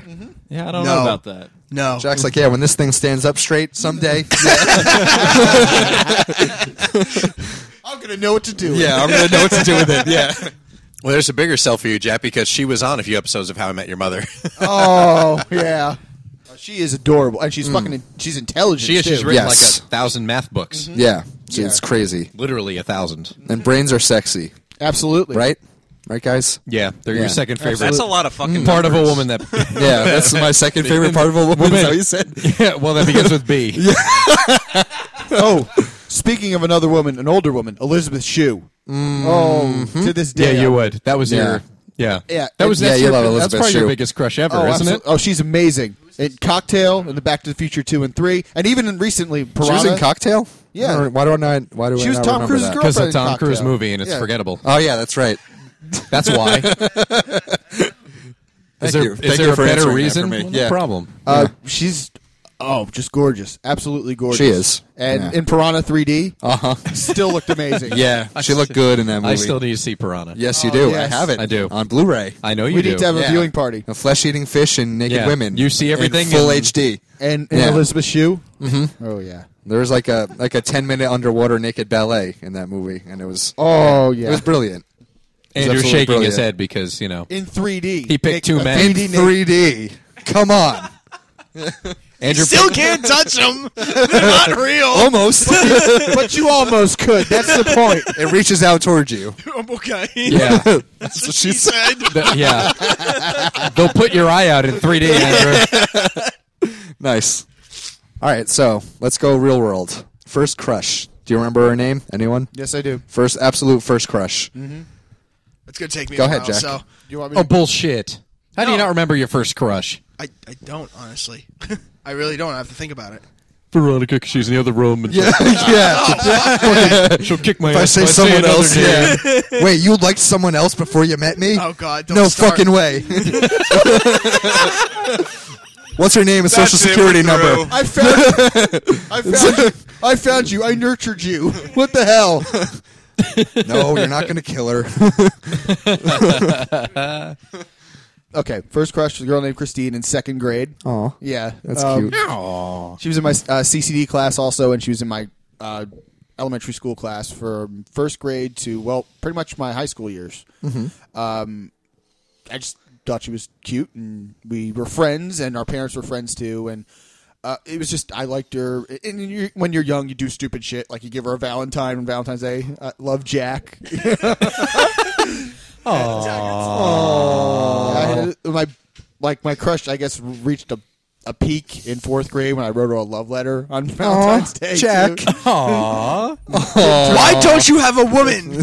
Yeah, I don't
No.
know about that.
No.
Jack's like, yeah, when this thing stands up straight someday.
I'm gonna know what to do.
yeah, I'm gonna know what to do with it. Yeah.
Well, there's a bigger sell for you, Jack, because she was on a few episodes of How I Met Your Mother.
Oh yeah. Uh, She is adorable, and she's fucking. In, Mm. she's intelligent.
she is.
too.
She's written
Yes.
like a thousand math books.
Yeah. So it's crazy.
Literally a thousand.
And brains are sexy,
Absolutely
right? Right, guys?
Yeah, they're
Yeah.
your second favorite. Mm.
That's a lot of fucking
part of a
numbers.
woman that.
Yeah, that's my second favorite part of a woman. is that what you said?
yeah, well, that begins with B.
Oh, speaking of another woman, an older woman, Elizabeth Shue. Oh, to this
Yeah,
day,
you would. That was your. Yeah.
Yeah.
That was
Yeah,
that's
you
your,
love
That's
Elizabeth
probably
Shue.
your biggest crush ever,
Oh,
isn't
absolute-
it?
oh, she's amazing. In Cocktail and the Back to the Future two and three, and even in recently Piranha.
She was in Cocktail?
Yeah.
Or Why do I not? Why do I
She was
not
Tom
remember
Cruise's
that?
girl.
Because
Girlfriend
it's a Tom
in Cocktail.
Cruise movie and it's
Yeah.
forgettable.
Oh, yeah, that's right.
That's why.
Thank
is there,
you.
is
Thank
there
you
a
for answering
better
that
reason?
for me.
Well,
Yeah.
No problem.
uh, She's oh, just gorgeous, absolutely gorgeous.
She is.
and
Yeah. Uh-huh.
in Piranha 3D, uh huh, still looked amazing.
Yeah. She looked good in that movie.
I still need to see Piranha.
Yes, you
Oh,
do.
yes.
I have it.
I do.
On Blu ray.
I know you
we
do.
need to have a
Yeah.
viewing party.
A flesh eating fish and naked
Yeah.
women.
You see
In
everything
full
in-
HD.
And, and
Yeah.
Elizabeth Shue. Mm-hmm. Oh yeah.
There was like a like a ten minute underwater naked ballet in that movie, and it was
Oh yeah.
it was brilliant.
Andrew's
absolutely
shaking
brilliant.
his head because, you know.
in 3D.
He picked two
a
men.
3D
In three D. Come on,
Andrew
Still can't touch them. They're not real.
almost.
name. but you almost could. That's the point.
it reaches out towards you.
okay.
Yeah.
That's what
She said.
The- yeah. They'll put your eye out in 3D, Andrew.
Nice. All right, so let's go real world. First crush. Do you remember her name? Anyone?
Yes, I do.
First absolute first crush.
It's gonna take me.
Go
a
ahead,
while,
Jack.
So
You want me?
Oh,
To-
bullshit. How do you
No.
not remember your first crush?
I, I don't honestly. I really don't. I have to think about it.
Veronica, because she's in the other room. And
Yeah, yeah.
She'll kick my
If I say someone else, yeah. Wait, you liked someone else before you met me?
Oh God. Don't
no
start.
fucking way. What's her name and social
That's it,
security
we're
number?
through.
I found. I found. You. I found you. I nurtured you. What the hell?
No, you're not going to kill her.
Okay, first crush was a girl named Christine in second grade.
Aw,
Yeah,
that's
um,
cute.
She was in my uh, CCD class also, and she was in my uh, elementary school class from first grade to well, pretty much my high school years. Um, I just thought she was cute, and we were friends, and our parents were friends too, and. Uh, it was just I liked her, and you when you're young, you do stupid shit like you give her a Valentine on Valentine's Day. Uh, love Jack. I had- my like my crush, I guess, reached a, a peak in fourth grade when I wrote her a love letter on Valentine's Day.
Jack.
too.
Oh.
Why don't you have a woman?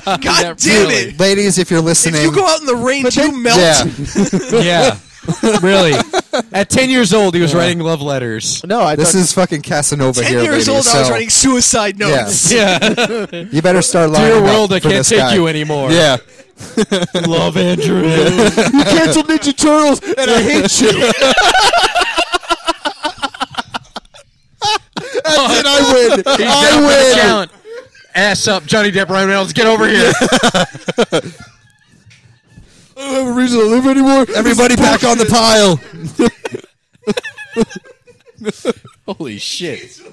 God damn
really.
it!
Ladies, if you're listening,
If you go out in the rain, do you melt?
yeah,
Yeah. really. At 10 years old, he was writing love letters.
No, I
this
thought,
is fucking Casanova
Ten
here, ladies,
years old, I was
so-
writing suicide notes.
Yeah.
You better start lying.
Dear
about-
world, I
for
can't
this
take
guy.
you anymore.
Yeah,
Love Andrew.
you canceled Ninja Turtles, and I hate you.
and I win.
down for the
I win.
count. Ass up, Johnny Depp, Ryan Reynolds, get over here.
I don't have a reason to live anymore. Everybody back on the pile.
Holy shit.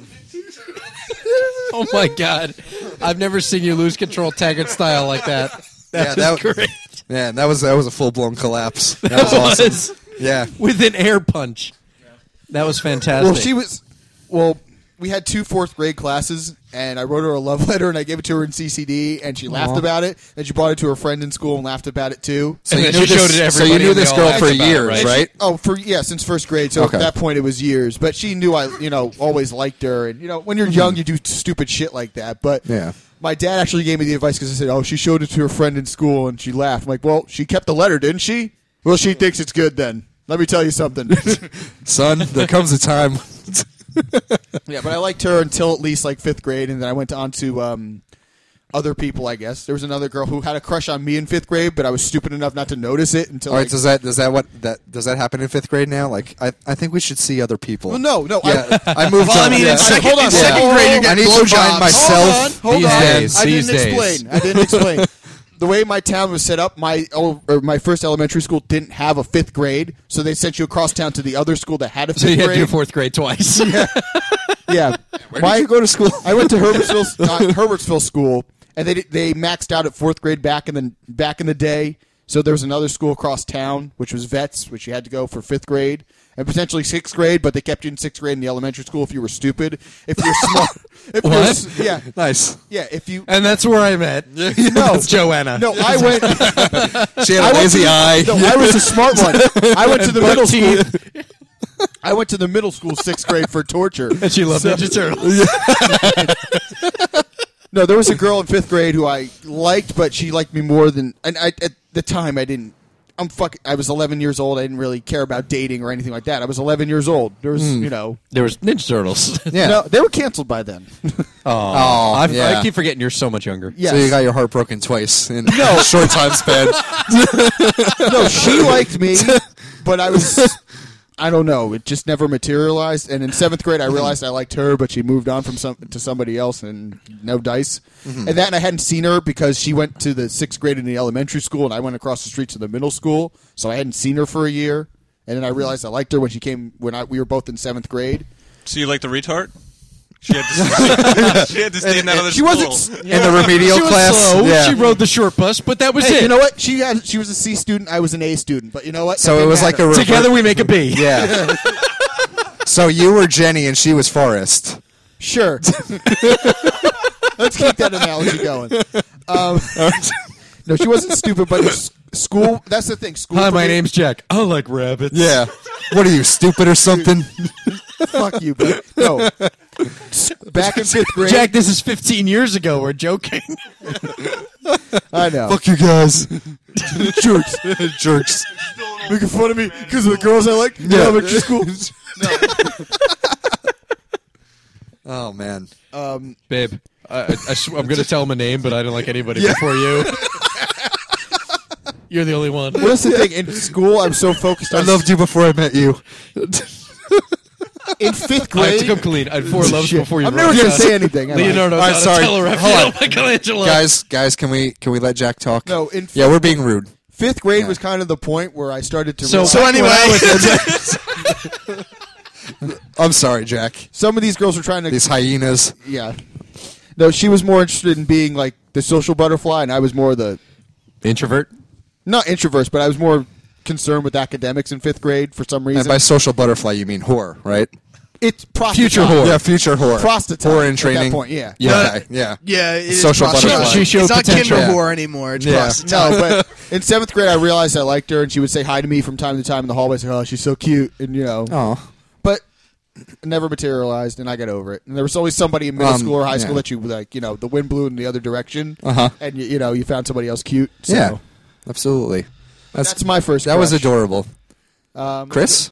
Oh my god. I've never seen you lose control Taggart style like that.
yeah, that was
Great.
man, that was that was a full blown collapse. That was awesome.
Was
Yeah,
with an air punch. That was fantastic.
well, she was. Well, we had two fourth grade classes, and I wrote her a love letter, and I gave it to her in CCD, and she laughed about it, and she brought it to her friend in school and laughed about it too.
And
you
then
knew
she
this-
showed it to
so you
everybody
knew
and they
this
all
girl
laughed
for
about it,
years,
right?
right?
Oh, for yeah, since first grade. So
Okay.
at that point, it was years. But she knew I, you know, always liked her. And you know, when you're young, you do stupid shit like that. But
Hmm. Yeah.
my dad actually gave me the advice because I said, "Oh, she showed it to her friend in school, and she laughed." I'm like, "Well, she kept the letter, didn't she? Well,
Hmm.
she thinks it's good then." Let me tell you something.
Son, there comes a time.
yeah, but I liked her until at least like fifth grade, and then I went on to um, other people. I guess there was another girl who had a crush on me in fifth grade, but I was stupid enough not to notice it until.
All right,
like-
does that does that what that does that happen in fifth grade now? Like, I, I think we should see other people.
well, no, no, I,
yeah, I moved
Well, I
on.
mean, in
yeah.
second-
Hold on,
in
hold
second
on,
grade, you
hold
get
I need to find
blowjobs.
myself
Hold on, hold
these
on.
days.
I
these
didn't
days.
explain. I didn't explain. The way my town was set up, my el- or my first elementary school didn't have a fifth grade, so they sent you across town to the other school that had a fifth
So you had to
grade.
do fourth grade twice.
yeah,
Where did you go to school?
I went to Herbertsville, uh, Herbertsville School, and they they maxed out at fourth grade back in the back in the day. So there was another school across town, which was Vets, which you had to go for fifth grade and potentially sixth grade, but they kept you in sixth grade in the elementary school if you were stupid. If you're smart, if you're
What?
s- yeah,
nice.
yeah, if you
and that's where I met. no, that's Joanna.
no, I went.
She had
I
a
went
lazy
to,
eye.
No, I was a smart one. I went to the middle school. I went to the middle school sixth grade for torture.
and she loved Ninja Turtles.
No, there was a girl in fifth grade who I liked, but she liked me more than. And I, at the time, I didn't. I'm fuck. I was 11 years old. I didn't really care about dating or anything like that. I was 11 years old. There was, you know,
There was Ninja Turtles.
Yeah.
no, they were canceled by then.
Oh,
I,
yeah.
I keep forgetting you're so much younger.
Yes.
So you got your heart broken twice in a short time span.
no, she liked me, but I was. I don't know. It just never materialized. And in seventh grade, I realized I liked her, but she moved on from some to somebody else, and no dice. And that, and I hadn't seen her because she went to the sixth grade in the elementary school, and I went across the street to the middle school, so I hadn't seen her for a year. And then I realized I liked her when she came when I, we were both in seventh grade.
So you like the retard? She had to. she had to stay in that other
She
school.
wasn't. s-
In the remedial
She was
class.
slow.
Yeah.
She rode the short bus, but that was
Hey,
it.
you know what? She had she was a C student. I was an A student. But you know what?
so
That
it
didn't
was like a
matter.
rever-
Together we make a B.
Yeah. so you were Jenny and she was Forrest.
Sure. Let's keep that analogy going. Um, no, she wasn't stupid, but s- school. That's the thing. School.
Hi,
for
my
me-
name's Jack. I like rabbits.
Yeah. What are you stupid or something?
Fuck you, but no. S- Back in fifth grade,
Jack, this is 15 years ago. We're joking.
I know.
Fuck you guys,
jerks.
jerks.
Making fun of me because of the girls I like. Yeah. Elementary school.
Oh man.
Babe, I, I, I sw- I'm going to tell him a name, but I don't like anybody before you. You're the only one.
Well, that's the thing. In school, I'm so focused
I
on.
loved you before I met you.
in fifth
I have to
grade.
come clean. I had four loves
Shit.
before you.
I'm
wrote
never gonna
us.
say anything. am I?
Leonardo,
All right, sorry. Hold on.
Donatello, Michelangelo.
guys, guys, can we can we let Jack talk?
No, in
yeah, we're being rude.
Fifth grade was kind of the point where I started to.
so,
realize-
so anyway,
I'm sorry, Jack.
some of these girls were trying to
These hyenas.
Yeah. No, she was more interested in being like the social butterfly, and I was more the
introvert.
not introverts, but I was more concerned with academics in fifth grade for some
And
reason.
by social butterfly, you mean whore, right?
it's prostitute.
Future whore.
Yeah, future whore.
Prostitute
Whore in
at that
training.
point, yeah.
Yeah.
Uh,
okay, yeah.
Yeah, it is
Social
prostitute.
butterfly. She-
she showed
it's not
potential.
Kinder
Yeah.
Whore anymore. It's
Yeah.
prostitute.
No, but in seventh grade, I realized I liked her, and she would say hi to me from time to time in the hallways. Like, oh, she's so cute, and you know,
Oh,
but it never materialized, and I got over it. And there was always somebody in middle
Um,
school or high
yeah.
school that you like, you know, the wind blew in the other direction,
Uh-huh.
and you, you know, you found somebody else cute. So
yeah. Absolutely. That's,
that's my first.
that was
crush.
adorable.
Um,
Chris,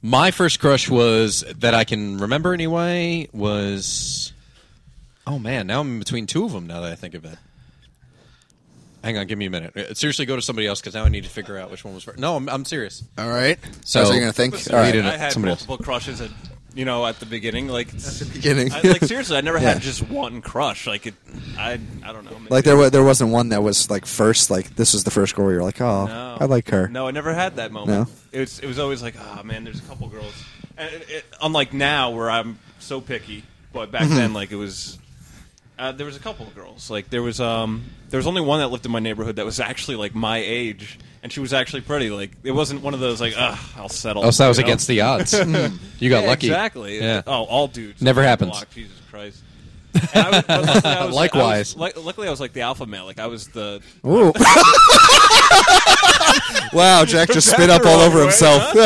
My first crush was that I can remember anyway was oh man now I'm in between two of them now that I think of it. Hang on, give me a minute. Uh, Seriously, go to somebody else because now I need to figure out which one was first. No, I'm, I'm serious.
All right.
So
that's what you're gonna think.
Listen,
All
we
right.
did-
I had
Somebody else.
multiple crushes at, you know, at the beginning. Like at the
beginning.
I, like seriously, I never
Yeah.
had just one crush. Like it, I, I don't know.
Like there, wa- there wasn't one that was like first. Like this was the first girl. You're like, oh,
No.
I like her.
No, I never had that moment.
No?
It was it was always like, oh man, there's a couple girls. And it, it, unlike now where I'm so picky, but back then like it was Uh, there was a couple of girls. Like there was um there was only one that lived in my neighborhood that was actually like my age, and she was actually pretty. Like it wasn't one of those like ugh, I'll settle.
Oh, so that was
you know?
against the odds.
Hmm.
Mm. you got
Yeah,
lucky.
Exactly.
Yeah.
Oh, all dudes.
Never
Block,
happens.
Jesus Christ. And I was- but luckily I was- I was-
Likewise.
li- luckily, I was like the alpha male. Like I was the.
Ooh. wow, Jack just spit up all over himself.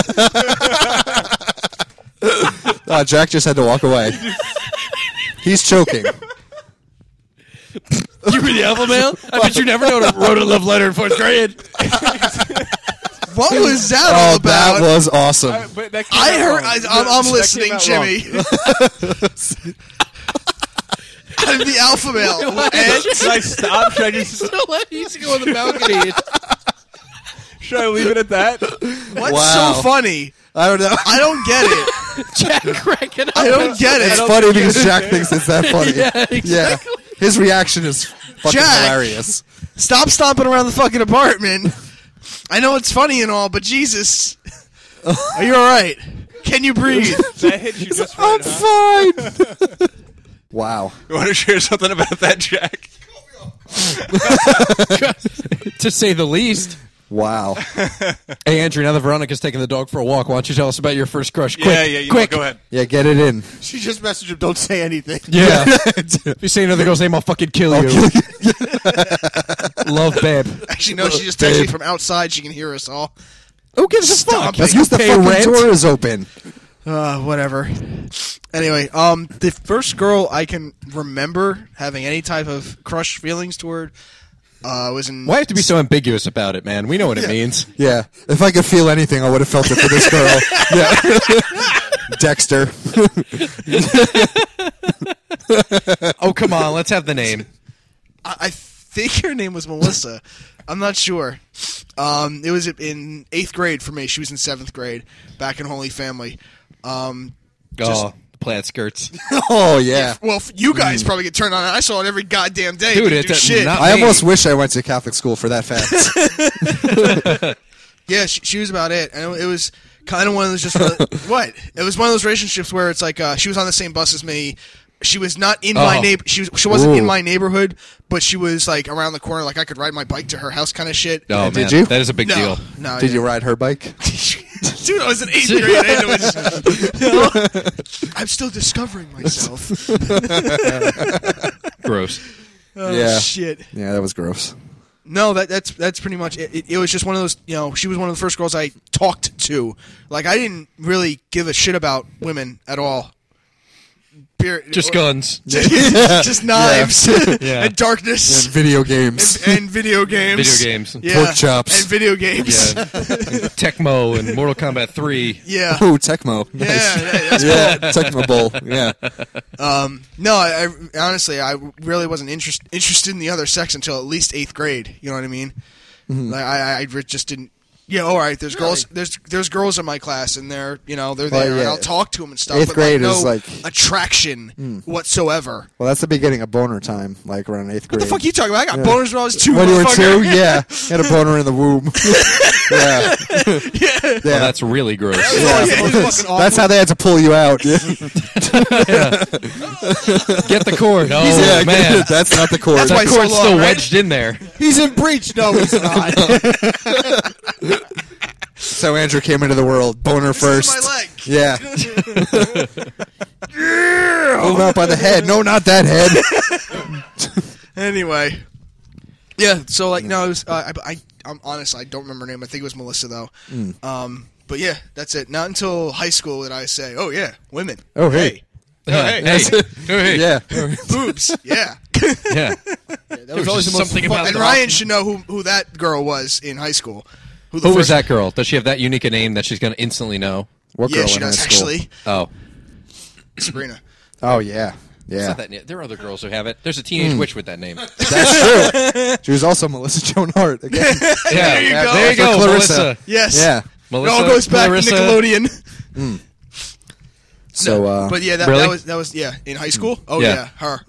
Ah, Jack just had to walk away. He's choking.
you were the alpha male? I bet you never wrote a, wrote a love letter in fourth grade.
What was that all
Oh,
about?
that was awesome.
But that came
I
out
heard.
wrong.
I, I'm, I'm
That came
listening,
out wrong.
Jimmy. I'm the alpha male.
And should I stop? Should I just
He's go on the balcony.
should I leave it at that?
What's
Wow.
so funny?
I don't know.
I don't get it.
Jack cracking up.
I don't get
It's
it.
funny because Jack thinks it's that funny.
Yeah, exactly.
His reaction is fucking
Jack.
hilarious.
Stop stomping around the fucking apartment. I know it's funny and all, but Jesus, are you all right? Can you breathe?
That hit you just
I'm
right. huh?
fine. wow.
You want to share something about that, Jack?
to say the least.
Wow.
Hey, Andrew, now that Veronica's taking the dog for a walk, why don't you tell us about your first crush? Quick,
yeah, yeah. You know what?
quick.
Go ahead.
Yeah, get it in.
She just messaged him. Don't say anything.
Yeah. if you say another girl's name, I'll fucking kill you. Love, babe.
Actually, no. She just texted me from outside. She can hear us all.
Who gives a fuck?
Stop
That's because
Like,
the
Pay
fucking
rent?
door is open.
Uh, whatever. Anyway, um, the first girl I can remember having any type of crush feelings toward uh, was in.
Why have to be so ambiguous about it, man? We know what it means.
Yeah. If I could feel anything, I would have felt it for this girl. yeah. Dexter.
Oh, come on. Let's have the name.
I, I think her name was Melissa. I'm not sure. Um, it was in eighth grade for me. She was in seventh grade back in Holy Family. Um,
Oh, plaid skirts.
oh yeah.
well, f- you guys probably get turned on. it. I saw it every goddamn day.
Dude,
Didn't
it
do
does
shit.
not-
I almost wish I went to Catholic school for that fact.
Yeah, she, she was about it, and it, it was kind of one of those just what it was one of those relationships where it's like uh, she was on the same bus as me. She was not in my
Oh.
neighbor. She was, she wasn't
Ooh.
in my neighborhood, but she was like around the corner. Like I could ride my bike to her house, kind of shit.
Oh, man.
Did you?
That is a big
no,
deal.
no. I
Did
didn't.
you ride her bike?
Dude, I was in eighth grade. and it was, you know, I'm still discovering myself.
Gross.
Oh,
Yeah.
Shit.
Yeah, that was gross.
No, that, that's that's pretty much it. it. It was just one of those. You know, she was one of the first girls I talked to. Like, I didn't really give a shit about women at all. Beer,
Just guns.
just knives
Yeah.
and darkness
Video games.
and, and video games,
Video games.
yeah.
Pork chops.
and video games. Yeah,
Tecmo and Mortal Kombat 3.
yeah.
Ooh, Tecmo. Nice.
yeah, yeah.
Yeah, Tecmo Bowl. Yeah.
Um, no, I, I honestly, I really wasn't interest, interested in the other sex until at least eighth grade. You know what I mean?
Mm-hmm.
Like, I, I- I re- just didn't. Yeah, all right. There's girls. There's there's girls in my class, and they're you know they're
Well,
there, and
Oh, yeah.
I'll talk to them and stuff.
Eighth
but,
grade
like,
is,
no
like- Mm.
attraction whatsoever.
Well, that's the beginning of boner time, like around eighth grade.
What the fuck are you talking about? I got boners when I was two.
when you were two,
motherfucker.
yeah, you had a boner in the womb. yeah, yeah.
Oh, that's really gross.
Oh, yeah, it was fucking awful.
That's how they had to pull you out. yeah,
Get the cord. Oh, man.
that's not the cord.
That's
That
why it's so
cord's
long,
still
right?
wedged in there.
He's in breach. No, he's not.
so Andrew came into the world boner
This
first.
is my leg.
Yeah, Move up on the head. No, not that head.
Anyway, yeah. So like, no, it was, uh, I, I, I'm honest. I don't remember her name. I think it was Melissa though. Um, but yeah, that's it. Not until high school did I say, "Oh yeah, women,
Oh hey,
hey, hey, hey.
yeah.
boobs, yeah."
Yeah.
That
was always the most something about
and
the-
Ryan should know who, who that girl was in high school. Who, the
Who was
first-
that girl? Does she have that unique a name that she's going to instantly know?
What
Yeah,
girl
she
in high
does
school?
actually.
Oh.
Sabrina.
Oh yeah, yeah.
It's not that, there are other girls who have it. There's a teenage
Hmm.
witch with that name.
That's true. She was also Melissa Joan Hart again.
there
you go.
There you go,
Clarissa.
Melissa.
Yes.
yeah.
It
Melissa.
all goes back
Clarissa.
to Nickelodeon.
So, uh,
but yeah, that,
Really?
that was that was yeah in high school. Oh
Yeah.
yeah, her.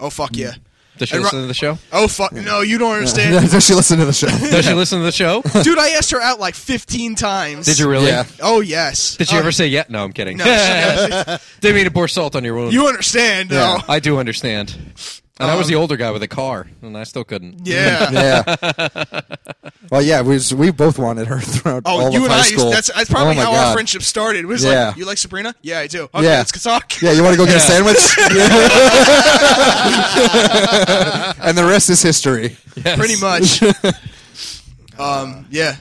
Oh fuck yeah.
Does she
And Ro-
listen to the show?
Oh fuck no, you don't understand,
does she listen to the show?
Does she listen to the show?
dude. I asked her out like 15 times.
Did you really?
Yeah.
Oh yes.
Did she
Oh,
ever say yet? No, I'm kidding.
No, she never-
Didn't mean to pour salt on your wound.
you understand,
Yeah.
though.
I do understand. And I was the older guy with a car, and I still couldn't.
Um, Yeah.
Yeah. well, yeah, we was, we both wanted her throughout
Oh,
all
you
of
and
high
I. Used,
school.
that's, that's probably
Oh my
how
God.
our friendship started. It was
Yeah.
like, you like Sabrina? Yeah, I do. Okay,
Yeah.
let's talk.
Yeah, you want to go get a sandwich? and the rest is history.
pretty much. um, yeah.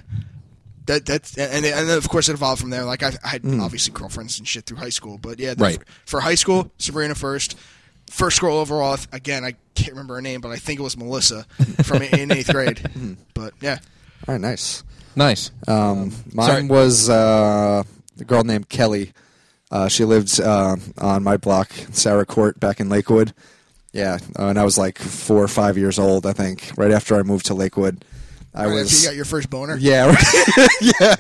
That that's and and then of course it evolved from there. Like I, I had
Mm.
obviously girlfriends and shit through high school, but yeah, the-
Right.
For high school, Sabrina first, first girl overall. th- Again, I can't remember her name, but I think it was Melissa from i- in eighth grade.
Mm-hmm.
But yeah,
All right, nice.
Nice.
Um, mine
sorry.
was uh, a girl named Kelly. Uh, she lived uh, on my block, Sarah Court, back in Lakewood. Yeah, uh, and I was like four or five years old, I think, right after I moved to Lakewood. I
right after
was
you got your first boner.
Yeah, right. yeah,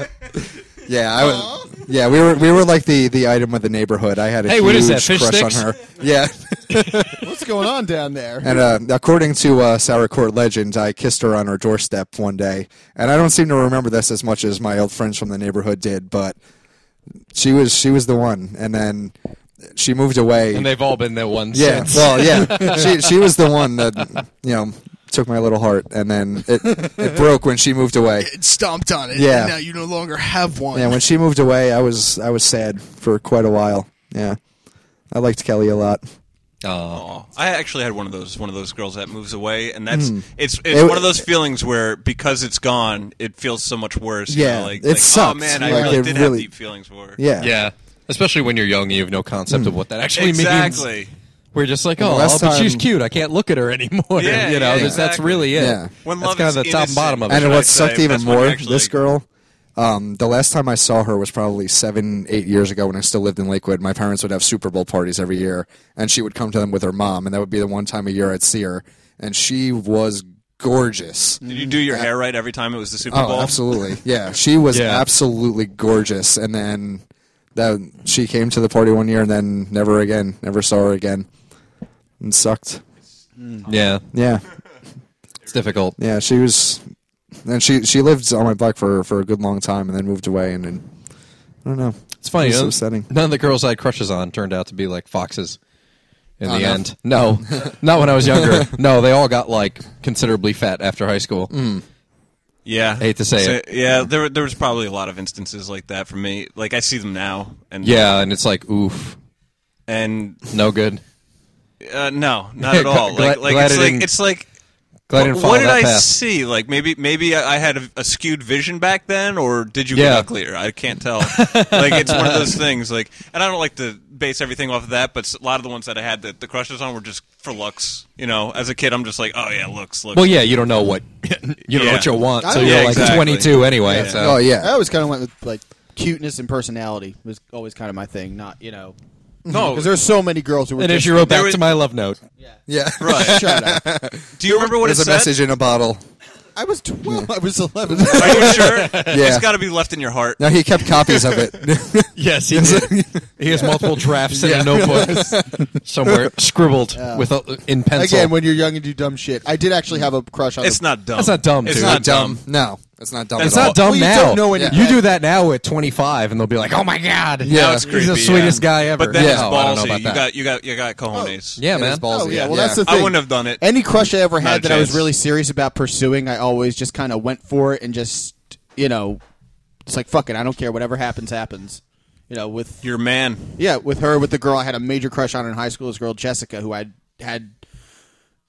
yeah. I was. Yeah, we were we were like the the item of the neighborhood. I had a
Hey,
huge
what is that, fish
crush
sticks?
on her. Yeah,
What's going on down there?
and uh, according to uh, Sour Court legend, I kissed her on her doorstep one day, and I don't seem to remember this as much as my old friends from the neighborhood did, but she was she was the one, and then she moved away.
And they've all been there once.
Yeah, well, yeah. she she was the one that you know took my little heart, and then it it broke when she moved away.
It stomped on it.
Yeah.
and now you no longer have one.
Yeah, when she moved away, I was I was sad for quite a while. Yeah, I liked Kelly a lot.
Oh.
I actually had one of those one of those girls that moves away, and that's it's it's
Hmm. It-
one of those feelings where because it's gone, it feels so much worse. you
Yeah,
know, like,
it
like,
sucked.
Oh man, I
Like,
really
it
did have
really-
deep feelings for. her.
Yeah,
Yeah. Especially when you're young and you have no
Hmm.
concept of what that actually means.
exactly.
We're just like, oh,
last
but she's
time-
cute. I can't look at her anymore.
Yeah,
you know,
yeah,
that's- that's
exactly.
really it.
Yeah.
When
that's
love
kind of
is
the top and
innocent.
bottom of it.
And
Should I
what
say,
sucked even
that's when you
more,
actually-
this girl. Um, the last time I saw her was probably seven, eight years ago when I still lived in Lakewood. My parents would have Super Bowl parties every year, and she would come to them with her mom, and that would be the one time a year I'd see her. And she was gorgeous.
Did you do your hair right every time it was the Super
Oh,
Bowl?
absolutely. Yeah, she was
Yeah.
absolutely gorgeous. And then that she came to the party one year, and then never again, never saw her again, and sucked.
Yeah,
Yeah,
it's difficult.
yeah. She was, and she she lived on my block for for a good long time, and then moved away, and then I don't know.
It's funny.
It was
none-
upsetting.
None of the girls I had crushes on turned out to be like foxes. In the
Oh, no.
end, no, not when I was younger. No, they all got like considerably fat after high school.
Mm.
Yeah,
Hate to say
So,
it.
Yeah, there were- there was probably a lot of instances like that for me. Like I see them now, and
Yeah, and it's like, oof,
and
no good.
uh, no, not at all.
Glad-
Like like
glad
it's
I
like
didn't-
it's like
Glad I didn't
Wh-
follow
what did
that
I
path.
see? Like maybe maybe I I had a, a skewed vision back then, or did you
Yeah.
get uglier? I can't tell. like it's one of those things. Like, and I don't like to base everything off of that, but s- a lot of the ones that I had that the crushes on were just for looks. You know, as a kid, I'm just like, oh yeah, looks, looks.
Well, yeah, you don't know what you don't know
Yeah.
what you'll want, so
Yeah,
you're like
exactly.
22 anyway.
Yeah.
So
oh yeah,
I always kind of went with like cuteness and personality was always kind of my thing. Not you know
no.
because there's so many girls who were.
and if
just,
you wrote
there
back
was-
to my love note,
yeah.
Right.
shut up.
Do you remember what
There's
it
a
said?
message in a bottle.
I was twelve. I was eleven.
Are you sure? It's
Yeah.
got to be left in your heart.
No, he kept copies of it.
yes, he, he has multiple drafts in a notebook somewhere, scribbled with a, in pencil.
Again, when you're young and do dumb shit. I did actually have a crush on.
It's
the-
not dumb.
That's not dumb,
It's
dude.
not dumb.
dumb. No, that's not dumb.
it's
at all.
not dumb
Well, you
now.
don't know when
you
you're dead.
do that now at 25, and they'll be like, "Oh my god,
Yeah. Now it's
he's the
creepy,
sweetest
yeah.
guy ever."
But then
yeah,
it's
No, I don't know
ballsy.
about
You
that.
got you got you got cojones.
yeah,
It
man.
is ballsy,
Oh yeah, well that's
yeah.
the
I
thing.
wouldn't have done it.
Any crush I ever
Not a
had that I was
chance.
really serious about pursuing, I always just kind of went for it and just you know, it's like fuck it. I don't care. Whatever happens, happens. You know, with
You're a man.
Yeah, with her, with the girl I had a major crush on in high school, this girl Jessica, who I had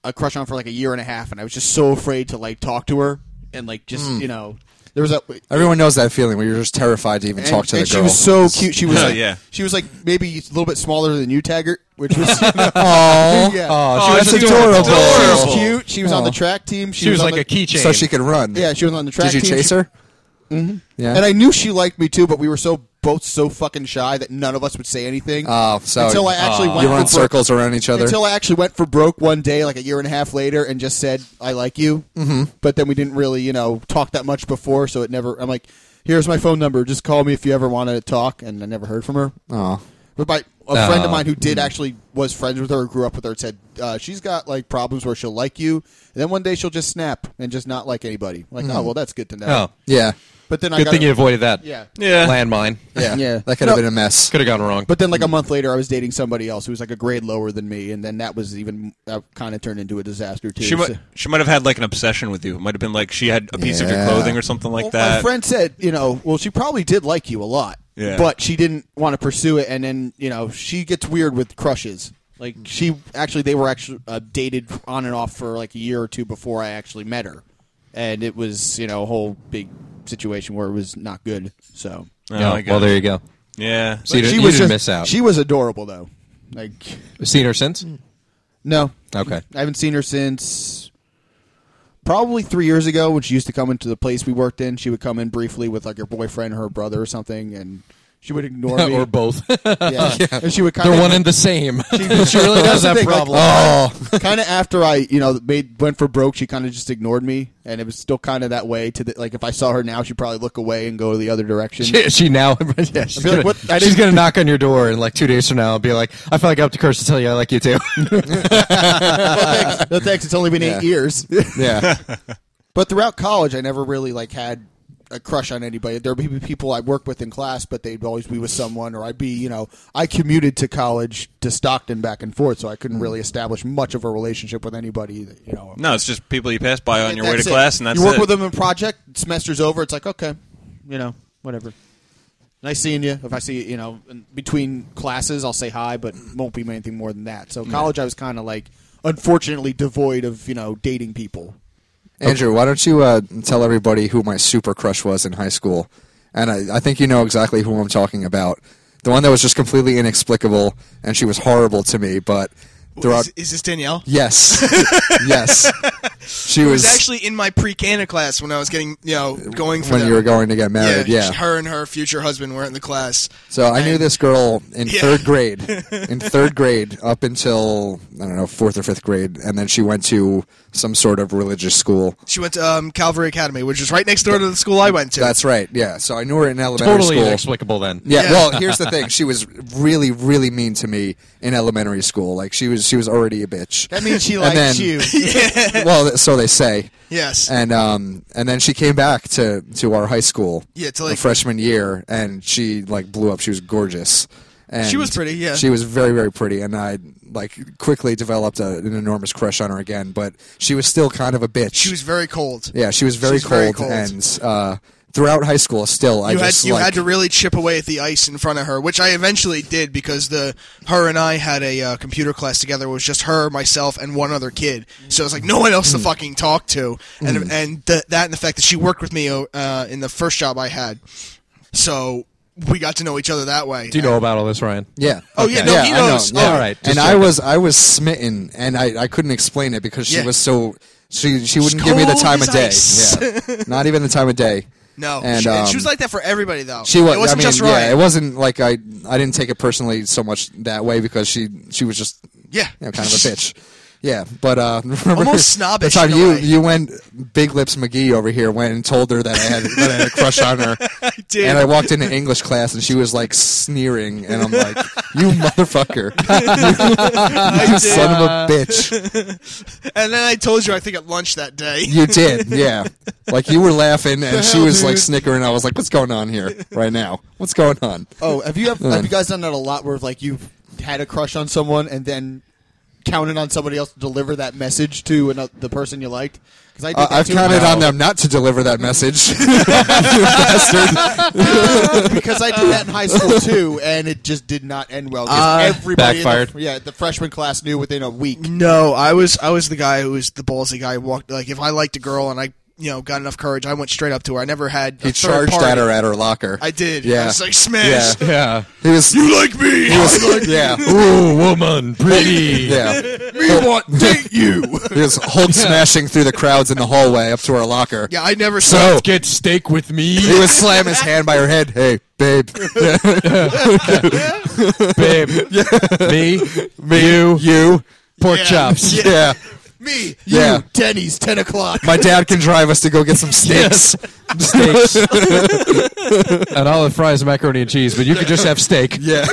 a crush on for like a year and a half, and I was just so afraid to like talk to her and like just
Hmm.
you know there was a
Everyone knows that feeling where you're just terrified to even
and,
talk to the
and
girl.
she was so cute. She was
Yeah,
like,
yeah.
she was like maybe a little bit smaller than you, Taggart, which was you know,
Aw.
yeah.
Oh,
Oh,
she was
she was
adorable.
adorable.
She
adorable.
was cute. She was on
Aw.
the track team. She,
She was
on
like
the-
a keychain.
so she could run.
yeah. She was on the track.
Did you
team.
chase
She-
her? Mm-hmm. Yeah.
And I knew she liked me too, but we were so both so fucking shy that none of us would say anything.
Oh, so
until I actually went
you run
for broke-
circles around each other.
Until I actually went for broke one day, like a year and a half later, and just said, I like you. Mm-hmm. But then we didn't really, you know, talk that much before, so it never. I'm like, here's my phone number. Just call me if you ever want to talk. And I never heard from her.
Aw.
But by a friend
Oh.
of mine who did actually was friends with her, grew up with her, said uh, she's got like problems where she'll like you, and then one day she'll just snap and just not like anybody. Like, oh well, that's good to know.
Oh,
Yeah.
But then I
good
got
thing you avoided that.
Yeah.
Yeah.
Landmine.
Yeah.
Yeah.
That could
No.
have been a mess.
Could have gone wrong.
But then, like a month later, I was dating somebody else who was like a grade lower than me, and then that was even that kind of turned into a disaster too.
She
So-
might, she might have had like an obsession with you. It might have been like she had a piece of your
Yeah.
clothing or something like
Well,
that.
My friend said, you know, well, she probably did like you a lot,
Yeah.
but she didn't want to pursue it. And then, you know, she gets weird with crushes. Like
Mm-hmm.
she actually, they were actually uh, dated on and off for like a year or two before I actually met her, and it was you know a whole big situation where it was not good. So
Oh,
Yeah,
I got
well, there
it.
you go.
Yeah.
So you,
she
didn't, you
was
didn't
just-
miss out.
She was adorable though. Like
Seen her since?
no,
Okay.
I haven't seen her since probably three years ago when she used to come into the place we worked in. She would come in briefly with like her boyfriend or her brother or something, and she would ignore me.
or both.
yeah. And she would kind
They're
of
one and the same. She, really does have problem.
kind of after I, you know, made went for broke, she kind of just ignored me, and it was still kind of that way. To the, like, if I saw her now, she'd probably look away and go the other direction.
She, she now, yeah, she's,
feel
gonna,
like what- I
she's
didn't-
gonna knock on your door in like two days from now and be like, "I feel like I have to curse to tell you I like you too."
Well, thanks. No thanks. It's only been eight years.
Yeah.
But throughout college, I never really like had a crush on anybody. There'd be people I worked with in class, but they'd always be with someone, or I'd be, you know, I commuted to college to Stockton back and forth, so I couldn't really establish much of a relationship with anybody. That, you know,
No, it's just people you pass by on your way to
That's it.
class, and that's
you work
it.
with them in project. Semester's over. It's like okay, you know, whatever. Nice seeing you. If I see you, you know, in between classes, I'll say hi, but won't be anything more than that. So college, I was kind of like, unfortunately, devoid of you know dating people.
Andrew, why don't you uh, tell everybody who my super crush was in high school? And I, I think you know exactly who I'm talking about. The one that was just completely inexplicable, and she was horrible to me, but throughout.
Is, is this Danielle?
Yes. yes. She
It
was,
was actually in my pre-Canada class when I was getting, you know, going for
when
the-
you were going to get married, yeah.
she- her and her future husband were in the class.
So I knew
And-
this girl in
Yeah.
third grade, in third grade up until I don't know fourth or fifth grade, and then she went to some sort of religious school.
She went to um, Calvary Academy, which is right next door to the school I went to.
That's right, yeah. So I knew her in elementary
totally
school.
inexplicable. Then,
yeah,
Yeah.
Well, here's the thing: she was really, really mean to me in elementary school. Like she was, she was already a bitch.
That means she
And
likes
then-
you.
well, so they say.
yes.
And um, and then she came back to to our high school.
Yeah, to, like-
the freshman year, and she like blew up. She was gorgeous. And
She was pretty, yeah.
She was very, very pretty, and I like quickly developed a, an enormous crush on her again. But she was still kind of a bitch.
she was very cold.
yeah, she was very,
she was very
cold,
cold.
and uh, throughout high school, still I
You had
just
you
like,
had to really chip away at the ice in front of her, which I eventually did because the her and I had a uh, computer class together. It was just her, myself, and one other kid. So it was like no one
Mm.
else to fucking talk to, and and th- that and the fact that she worked with me uh, in the first job I had, so we got to know each other that way.
do you know about all this, Ryan?
Yeah.
Oh, yeah, no, he
I know,
knows.
yeah.
All right, just
And I
checking.
was I was smitten, and I, I couldn't explain it because she
Yeah.
was so she she wouldn't give me the
cold
time of
as
day.
ice.
Yeah. Not even the time of day.
No,
And,
she, and
um,
she was like that for everybody though.
She was.
It
I
wasn't
mean,
just
yeah,
Ryan.
it wasn't like I. I didn't take it personally so much that way because she she was just
Yeah.
you know, kind of a bitch. Yeah, but uh, remember
Almost snobbish
The time
in a
you
way.
you went big lips McGee over here went and told her that I had that I had a crush on her. I
did.
And I walked into English class and she was like sneering, and I'm like, "You motherfucker, you son of a bitch!"
and then I told you I think at lunch that day.
You did, yeah. Like you were laughing and she
hell,
was like
dude?
snickering. I was like, "What's going on here right now? What's going on?"
Oh, have you have,
Mm.
have you guys done that a lot? Where like you've had a crush on someone and then counted on somebody else to deliver that message to another, the person you liked. Because I did
Uh,
that
I've
too.
counted on them not to deliver that message. You bastard.
because I did that in high school too, and it just did not end well. 'cause everybody in the-
Ah, backfired.
yeah, the freshman class knew within a week.
No, I was I was the guy who was the ballsy guy. Who walked like if I liked a girl and I you know got enough courage, I went straight up to her. I never had.
He
a third
charged
party.
at her at her locker.
I did.
Yeah.
I was like, smash.
Yeah.
Yeah.
He was.
You like me?
He was yeah.
Ooh, woman, pretty.
Yeah.
me want date you?
He was Hulk smashing through the crowds in the hallway up to her locker.
Yeah, I never. saw
So
Get steak with me,
he would slam his hand by her head. Hey, babe.
babe. me, me, you,
You.
pork
Yeah.
chops.
Yeah.
Me,
Yeah.
You, Denny's, ten o'clock.
My dad can drive us to go get some steaks.
steaks. and I'll have fries, macaroni, and cheese, but you could just have steak.
yeah.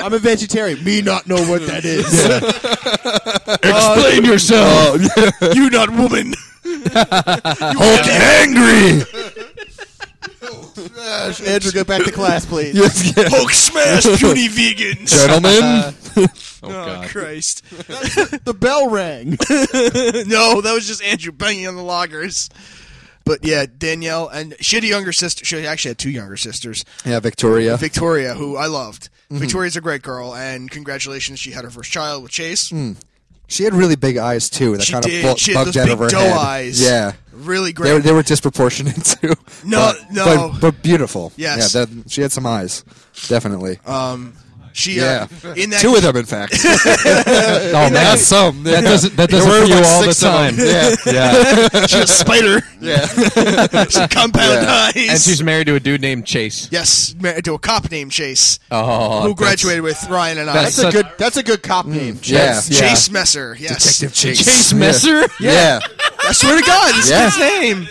I'm a vegetarian. Me not know what that is.
Explain yourself.
you not woman.
Hulk angry.
Andrew, go back to class, please.
Yes, yeah.
Hulk smash puny vegans.
Gentlemen.
oh,
Oh,
God.
Christ!
The bell rang.
no, that was just Andrew banging on the loggers. But yeah, Danielle and she had a younger sister. She actually had two younger sisters.
yeah, Mm-hmm. Victoria.
Victoria, who I loved. Victoria's a great girl, and congratulations, she had her first child with Chase.
She had really big eyes too. That
She
kind of
did.
Hmm. bu-
She had
bugged
those
out
big
of her
doe
head.
eyes.
Yeah,
Really
they were,
great.
they were disproportionate too.
No,
but,
no.
but, but beautiful.
Yes.
yeah, that, she had some eyes, definitely.
um, she
yeah,
uh, in that
Uh, two of them, in fact.
Oh, man.
That's some.
That doesn't, that
There
doesn't
were
for you
like
all the
six of
time.
them. Yeah,
Yeah.
she's a spider.
yeah.
Some compound
Yeah.
eyes.
and she's married to a dude named Chase.
yes, married to a cop named Chase,
Oh,
who graduated with Ryan and I.
that's
That's a
Such- Mm,
good. That's a good cop name.
yeah,
yeah.
Chase Messer. Yes,
Detective Chase.
Chase
Yeah.
Messer?
Yeah.
I swear to God, this
Yeah.
kid's name.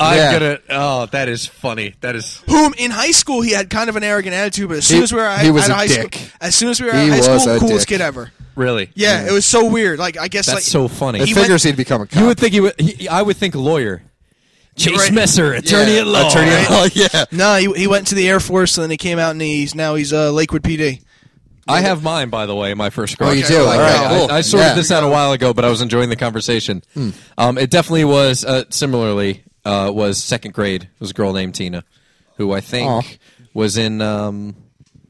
I'm
Yeah.
gonna. Oh, that is funny. That is.
Whom in high school he had kind of an arrogant attitude, but as soon
He-
as we were out,
he was
out
a
of high
dick.
school, as soon as we were out
He
of high
was
school,
a
coolest
dick.
kid ever.
Really?
Yeah, it was so weird. Like I guess
That's
like,
so funny.
It
He
figures he'd become a cop.
you would think he would. He, I would think lawyer. Chase
right.
Messer, attorney
Yeah,
at law.
Attorney at
right?
law. Yeah.
No, he, he went to the Air Force and then he came out and he's now he's uh, Lakewood PD.
I have mine, by the way, my first card.
Oh, you do?
I,
All right,
I-
cool.
I, I sorted
Yeah. Hmm.
this out a while ago, but I was enjoying the conversation. Um, it definitely was, uh, similarly, uh, was second grade. It was a girl named Tina, who I think
Aw.
was in um,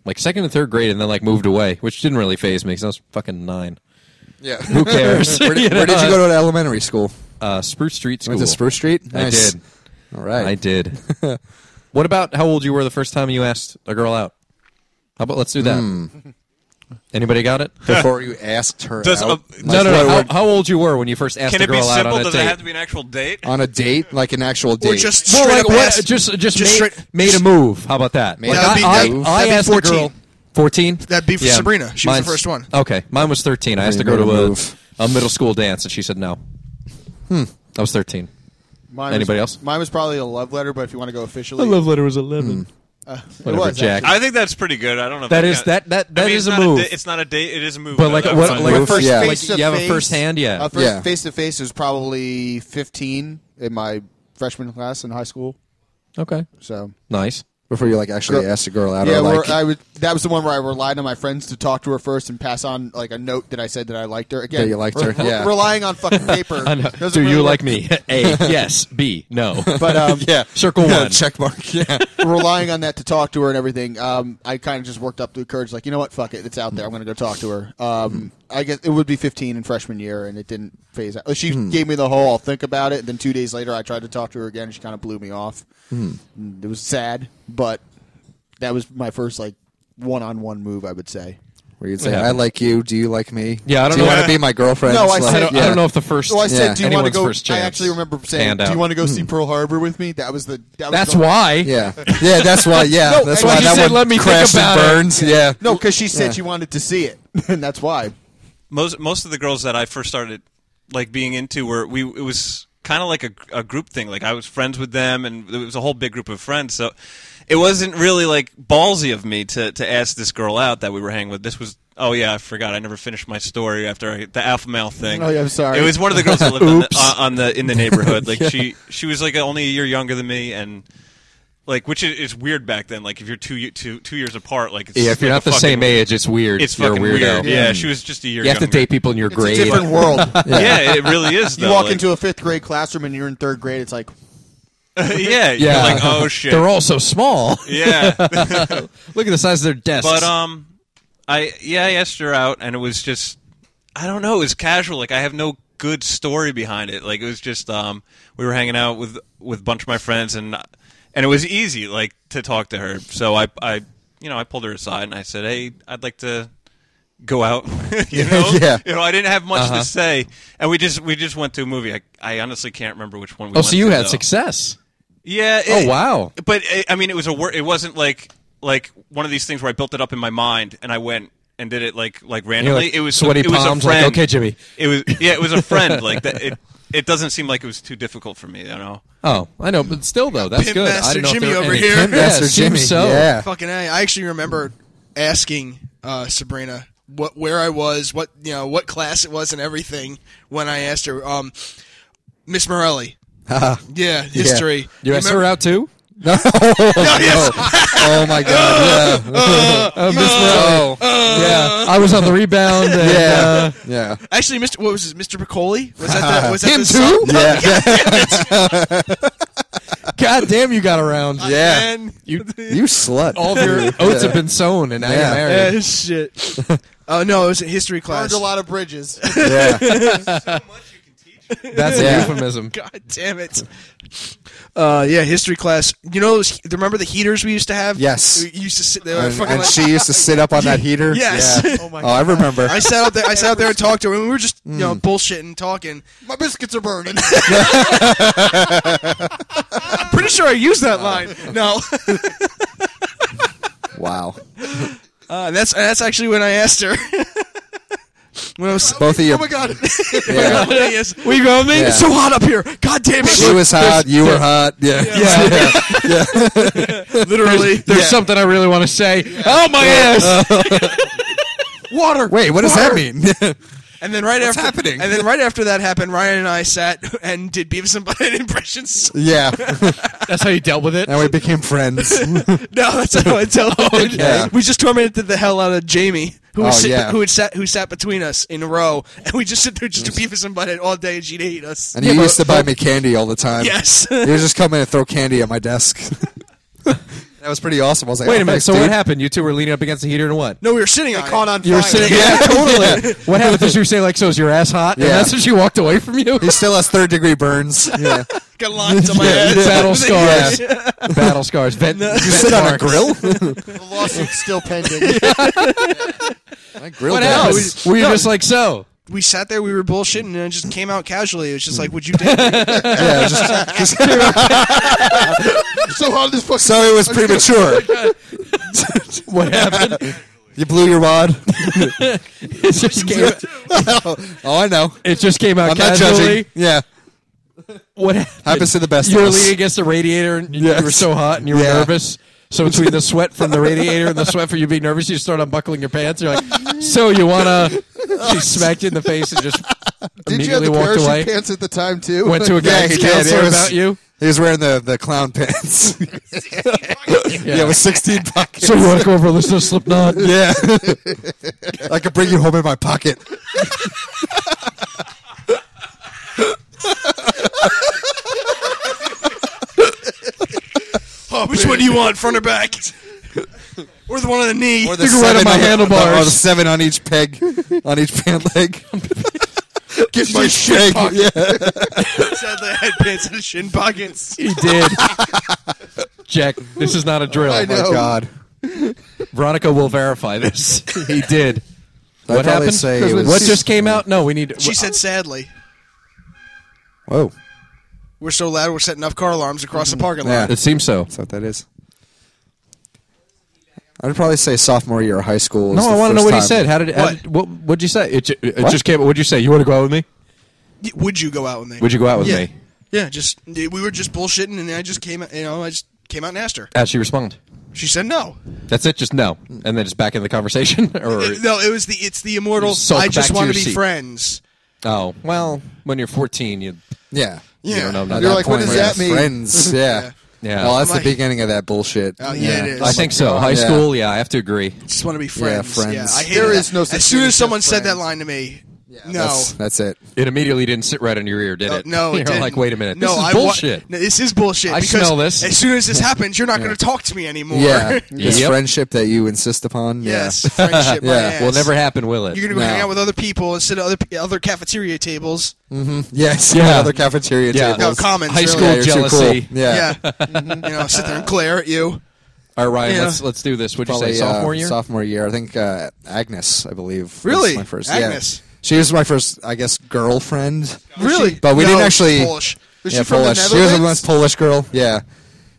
like second and third grade and then like moved away, which didn't really phase me because I was fucking nine.
Yeah.
Who cares?
where, did, where did you go to elementary school?
Uh, Spruce Street School.
Went to Spruce Street.
I
Nice.
did.
All right.
I did. what about how old you were the first time you asked a girl out? How about let's do that? Anybody got it?
Before you asked her
Does
out,
a-
like,
No, no,
what-
no. How,
what-
how old you were when you first asked
Can
a
it
girl
be
out on
simple?
a
Does
date?
it have to be an actual date?
on a date, like an actual date.
Or just straight
well, like
up
what?
asked-
Just, just,
just
made,
straight-
made a move. How about that?
Made
Like,
a
I,
move.
I, I
That'd be
asked a girl.
14.
Fourteen.
That'd be for Sabrina. She was the first one.
Okay, mine was thirteen. I asked to
You
go
made a
to
move.
a, a middle school dance, and she said no. Hmm. I was thirteen.
Mine
Anybody
was,
else?
Mine was probably a love letter, but if you want to go officially,
letter was eleven.
uh, it
Whatever,
was
Jack.
actually.
I think that's pretty good. I don't know. if
That
I
is-
got-
that- that- that
I mean,
is
it's
a
not
move.
da- it's not a date. It is a move.
But like
though.
what-
That's
like
fine.
a first,
Yeah.
like you have a first hand, yeah.
A first
Yeah.
face to face was probably fifteen in my freshman class in high school.
okay,
So
nice.
before you like actually
Girl-
asked a girl out,
yeah,
or
we're-
like
I would. That was the one where I relied on my friends to talk to her first and pass on like a note that I said that I liked her. Again,
That you liked her,
re-
yeah.
Relying on fucking paper.
I know.
doesn't
Do
really
you
work.
like me? A. Yes. B. No.
But um,
yeah,
Circle
Yeah,
one.
check mark. Yeah,
relying on that to talk to her and everything, um, I kind of just worked up the courage, like, you know what, fuck it, it's out there. I'm going to go talk to her.
Mm-hmm.
Um, I guess it would be 15 in freshman year, and it didn't phase out. She
Mm-hmm.
gave me the whole, I'll think about it. Then two days later, I tried to talk to her again, and she kind of blew me off.
Mm-hmm.
And It was sad, but that was my first, like, one on one move, I would say.
where you'd say,
Yeah.
"I like you. Do you like me?
Yeah, I don't
do
know.
you want to be my girlfriend?
No, I
Like,
I
said-
don't,
yeah.
I don't know if the first.
So I said,
Yeah.
"Do you want to
anyone's
go?"
first
I
chance.
actually remember saying,
Hand
"Do
out. Hmm.
you want to go see Pearl Harbor with me?" That was the. That was
That's
the,
why.
Yeah, yeah, that's why. Yeah,
No,
that's
and
why
she
that
said,
one
"Let me think
crashed
about it."
and burns. Yeah,
No, because she said
Yeah.
she wanted to see it, and that's why.
most most of the girls that I first started like being into were we it was kind of like a, a group thing like I was friends with them and it was a whole big group of friends so it wasn't really like ballsy of me to to ask this girl out that we were hanging with this was oh yeah I forgot I never finished my story after I, the alpha male thing
Oh, yeah, I'm sorry.
it was one of the girls that lived on, the, on- on the in the neighborhood like she she was like only a year younger than me and like which is, is weird back then like if you're two ye- two two years apart like it's
Yeah, if you're
like
not
a
the same
fucking-
age, it's weird.
it's
you're a
fucking
weirdo.
weird yeah she was just a year
You have to
younger.
date people in your
It's a
grade.
different world.
Yeah, it really is. Though.
You walk
Like,
into a fifth grade classroom and you're in third grade. It's like
yeah, you're
Yeah.
like oh shit,
They're all so small.
yeah.
Look at the size of their desks.
But um, I yeah, I asked her out, and it was just I don't know, it was casual. Like I have no good story behind it. Like it was just um, we were hanging out with with a bunch of my friends, and and it was easy like to talk to her. So I I you know I pulled her aside and I said, hey, I'd like to go out you know
yeah.
you know i didn't have much to say and we just we just went to a movie i, I honestly can't remember which one
oh,
we went
so you
to,
had
though.
success.
yeah
Oh,
it- eh,
wow.
but I I mean, it was a wor- it wasn't like like one of these things where I built it up in my mind and I went and did it like like
You know,
randomly.
like,
it was
sweaty
it was
palms.
a friend.
Like, okay, Jimmy.
It was yeah, it was a friend. Like that, it it doesn't seem like it was too difficult for me. You know.
Oh, I know, but still though, that's
Pimp
good. I
Master
didn't know if
Jimmy
there were
over
any-
here. Pimp
Yeah,
Master
it seems
Jimmy,
So
yeah.
Fucking a! I actually remember asking uh, Sabrina what where I was, what you know, what class it was, and everything. When I asked her, um, Miss Morelli, yeah, history.
you asked her out too.
Oh my god! Yeah,
Oh, Miss Morelli. yeah, I was on the rebound. And,
yeah, yeah.
Actually, Mr. What was his Mr. Piccoli? Was that the, was that
Him
the
too?
Yeah.
son?
uh, God damn, you got around.
Yeah.
Man,
you
You slut.
all of your oats have been sown, and now
Yeah.
you're married.
eh, shit. Oh no, it was a history class.
Burned a lot of bridges.
yeah.
That's a
Yeah.
euphemism.
God damn it. Uh, yeah, history class. You know, those, remember the heaters we used to have?
Yes.
We used to sit there.
And,
fucking
and
like,
she used to sit up on that heater.
Yes.
Yeah.
Oh my
Oh, I remember.
I sat out there. I sat out there and talked to her, and we were just you know bullshitting, talking.
My biscuits are burning.
I'm pretty sure I used that line. No,
Wow.
uh, that's that's actually when I asked her. when I was
Both of you.
oh my god.
Yeah.
yes, we go, man.
Yeah.
It's so hot up here. God damn it.
She was hot. You were hot. Yeah.
Yeah.
literally.
There's something I really want to say. Oh my ass!
Water.
Wait, what does that mean?
And then right after
happening?
and then right after that happened, Ryan and I sat and did Beavis and Butthead impressions.
yeah.
That's how you dealt with it.
And we became friends.
No, that's how I tell. okay.
Yeah.
We just tormented the hell out of Jamie, who
Oh,
was sit,
yeah.
who had sat who sat between us in a row, and we just sit there just to Beavis and Butthead all day, and she'd hate us.
And you used to buy me candy all the time.
yes.
You would just come in and throw candy at my desk. that was pretty awesome. I was like,
Wait
oh,
a minute.
thanks,
So what
dude.
happened? You two were leaning up against the heater, and what?
no, we were sitting on.
Caught
it.
on fire.
You were sitting. Yeah, totally. What happened is you say like, "So is your ass hot?" And
Yeah.
that's when she walked away from you.
He still has third degree burns. Yeah.
Got lines on my ass.
Battle scars. Battle scars. Vent,
Did you sit on a grill?
The lawsuit's still pending.
My grill
What
burns.
else? Were you just like so?
We sat there, we were bullshitting, and it just came out casually. It was just like, "Would you date me?"
Yeah, just, just-
so on this fucking.
so it was premature.
What happened?
You blew your wad.
it just came.
Oh, I know.
It just came out
I'm not
casually.
judging. Yeah,
What happened?
happens to the best.
You were
of us.
leaning against the radiator, and you-
Yes.
you were so hot, and you were
Yeah.
nervous. So between the sweat from the radiator and the sweat from you being nervous, you start unbuckling your pants. You're like, "So you wanna?" She smacked you in the face and just
Did you have
immediately
the
walked
parachute
away.
pants at the time too?
Went to a
Yeah,
guidance
he did. It
counselor
was-
about you.
He was wearing the, the clown pants. yeah. with 16 pockets.
So you want to go over and listen to Slipknot?
yeah. I could bring you home in my pocket.
Which one do you want, front or back, or the one on the knee?
Or
You can ride on my
on the-
handlebars.
or the seven on each peg, on each pant leg. Get my shake. Yeah.
Sadly, I had pants and shin pockets.
He did. Jack, this is not a drill.
I know.
Oh, God.
Veronica will verify this. He did.
I'd
What
probably
happened?
say it was-
what just came out? No, we need.
She said, "Sadly,
Whoa.
we're so loud, we're setting off car alarms across the parking lot."
Yeah.
It seems so.
That's what that is. I'd probably say sophomore year of high school.
No, I
want to
know what he said. How did
What?
what? What would you say? It, ju- it just came. What'd you say? You want to go out with me?
Y- Would you go out with me?
Would you go out with
yeah.
me?
Yeah, just we were just bullshitting, and I just came, you know, I just came out and asked her.
How she respond?
She said no.
That's it. Just no, and then just back in the conversation. Or
It- no, it was the it's the immortal.
Sulk
I just
back to
want
your
to be
seat.
friends.
oh well, when you're 14, you,
Yeah.
you
Yeah.
don't know. Not
You're
that
like, what
point,
does
right?
that mean?
Friends. Yeah.
Yeah.
Well, that's
Like-
the beginning of that bullshit.
Oh, yeah, it is.
I think so. High
Yeah.
school. Yeah, I have to agree.
Just want to be friends.
friends.
I hated
There
that.
is no such
As soon
thing
as
as
someone
just
said that
friends.
line to me, no.
That's, that's it.
It immediately didn't sit right on your ear, did
Uh,
it?
no,
you're
it didn't.
like, wait a minute,
No,
this is
I wa-
bullshit.
no, this is bullshit.
I
because
smell this.
As soon as this happens, you're not going to talk to me anymore.
Yeah. This
Yep.
friendship that you insist upon. Yeah.
yes, friendship. my
Yeah.
ass.
Will never happen, will it?
You're going to go
No.
hang out with other people and sit at other other cafeteria tables.
Yes.
Yeah.
Yeah. Other cafeteria
Yeah.
No,
tables.
comments.
High
really.
school
Yeah, you're too cool.
jealousy.
Yeah.
Yeah. you know, sit there and glare at you.
All right, Ryan,
Yeah.
let's let's do this. Would you
Probably,
say sophomore
uh,
year?
Sophomore year, I think uh, Agnes, I believe. was
Really?
my first.
Agnes?
Yeah. She was my first, I guess, girlfriend.
Really?
But we
No,
didn't actually.
Polish.
Was
yeah,
she from the
Polish. She was a
Netherlands?
Polish girl. Yeah,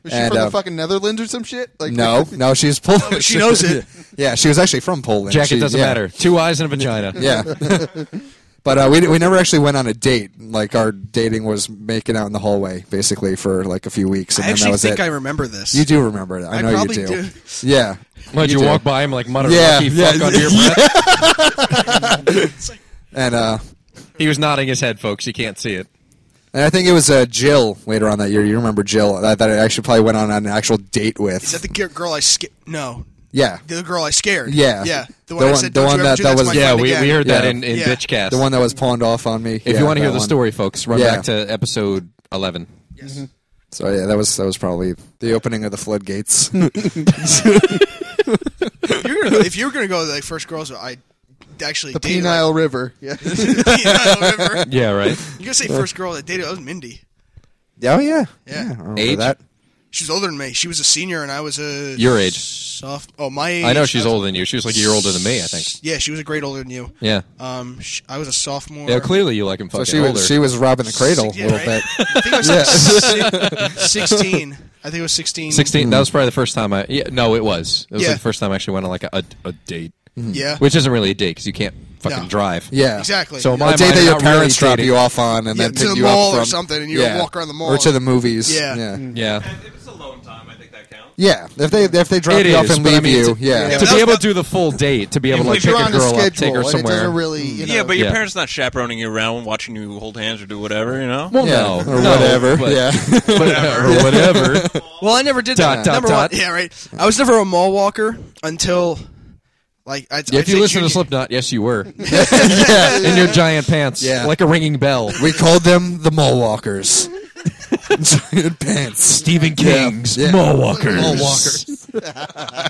Was she
And,
from
uh,
the fucking Netherlands or some shit? Like
No, no, she's Polish.
she knows it.
yeah, she was actually from Poland.
Jack,
She-
it doesn't
yeah.
matter. Two eyes and a vagina.
Yeah. but uh, we, we never actually went on a date. Like, our dating was making out in the hallway, basically, for like a few weeks. And
I
then that
actually
was
think
it.
I remember this.
you do remember it. I,
I
know
probably
you do.
do.
Yeah.
Why'd you,
do.
walk by him like mutter
Yeah,
Rocky
yeah,
fuck under your breath?
And, uh,
He was nodding his head, folks. You can't see it.
and I think it was uh, Jill later on that year. You remember Jill that, that I actually probably went on an actual date with.
Is that the gi- girl I scared? No,
yeah.
the girl I scared.
Yeah.
yeah,
The
the one, I
one- the
said. "Don't
one
you ever
that-
do
that was-
to my
Yeah,
friend
we,
again."
we heard that
Yeah.
in, in
Yeah.
Bitch Cast.
The one that was pawned off on me.
if
Yeah,
you want to
that
hear the
one.
story, folks, run
Yeah.
back to episode 11.
So yeah, that was that was probably the opening of the floodgates.
If you're gonna go- if you were gonna go to the first girls I actually
the
dated,
Penile River. Yeah.
like, Penile River.
Yeah, right?
You're gonna say first girl that dated? That was Mindy.
Oh yeah,
Yeah.
I remember
Age?
that.
She was older than me. She was a senior and I was a
Your age.
Soft. Oh, my age.
I know she's
was-
older than you. She was like a year older than me, I think.
Yeah, she was a grade older than you.
Yeah.
Um, sh I was a sophomore.
Yeah, clearly you like him
So
fucking
she
older.
was she was robbing the cradle
Yeah,
a little
right?
bit.
I think it was like si- sixteen. I think it was sixteen.
16.
Hmm.
That was probably the first time I. Yeah, no, it was. It was
Yeah.
like the first time I actually went on like a, a, a date,
Yeah.
which isn't really a date because you can't fucking
No.
drive.
Hmm. Yeah,
Exactly.
So
Yeah.
my
A date
mind,
that your
not really
parents drop
dating.
you off on, and
Yeah,
then
to
pick
the
you up
mall or
from-
something, and you walk around the mall.
or to the movies.
Yeah.
yeah,
Yeah.
If it's a lone time, I think that counts.
Yeah, If they if they drop
It
you off
is,
and
but I
leave
mean,
you,
to-
yeah,
yeah.
to
that
be
was
able
not-
to do the full date, to be able to like
If
pick
you're
a
on a
girl
schedule,
up, take her
and it
somewhere.
doesn't really, you know,
Yeah, but your
Yeah.
parents not chaperoning you around, watching you hold hands or do whatever, you know.
well,
yeah,
no,
or
no,
whatever.
but-
yeah,
or whatever.
Well, I never did
Dot,
that.
dot,
number
dot.
one, yeah, right. I was never a mall walker until, like, I'd, I'd
if you
say
listen to
junior-
Slipknot, yes, you were in your giant pants,
Yeah.
like a ringing bell.
we called them the mall walkers. Giant pants.
Stephen King's
Yeah.
Mall Walkers.
Mall walkers.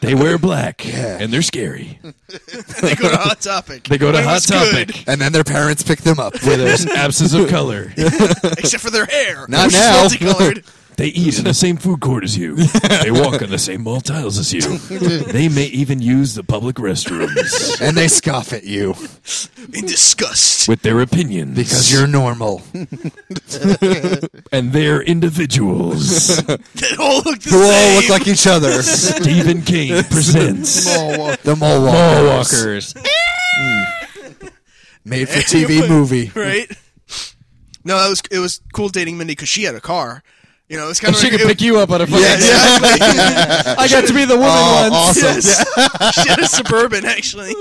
They wear black and they're scary.
they go to Hot Topic.
They go to
When it
Hot
was good,
Topic
And then their parents pick them up.
where there's absence of color.
except for their hair.
Not
which is
now.
Multicolored.
They eat in the same food court as you. They walk on the same mall tiles as you. They may even use the public restrooms
and they scoff at you
in disgust.
with their opinions
because you're normal.
and they're individuals.
They all look the
Who all
same.
look like each other.
Stephen King presents
mall walk-
The mall walkers.
Mall Walkers.
Made for TV movie.
right? No, that was it was cool dating Mindy because she had a car. You know, it's kind of
She
like,
can pick you up on a fucking.
Yeah, exactly.
I got to be the woman
Oh,
once.
awesome.
Yes. she had a suburban actually.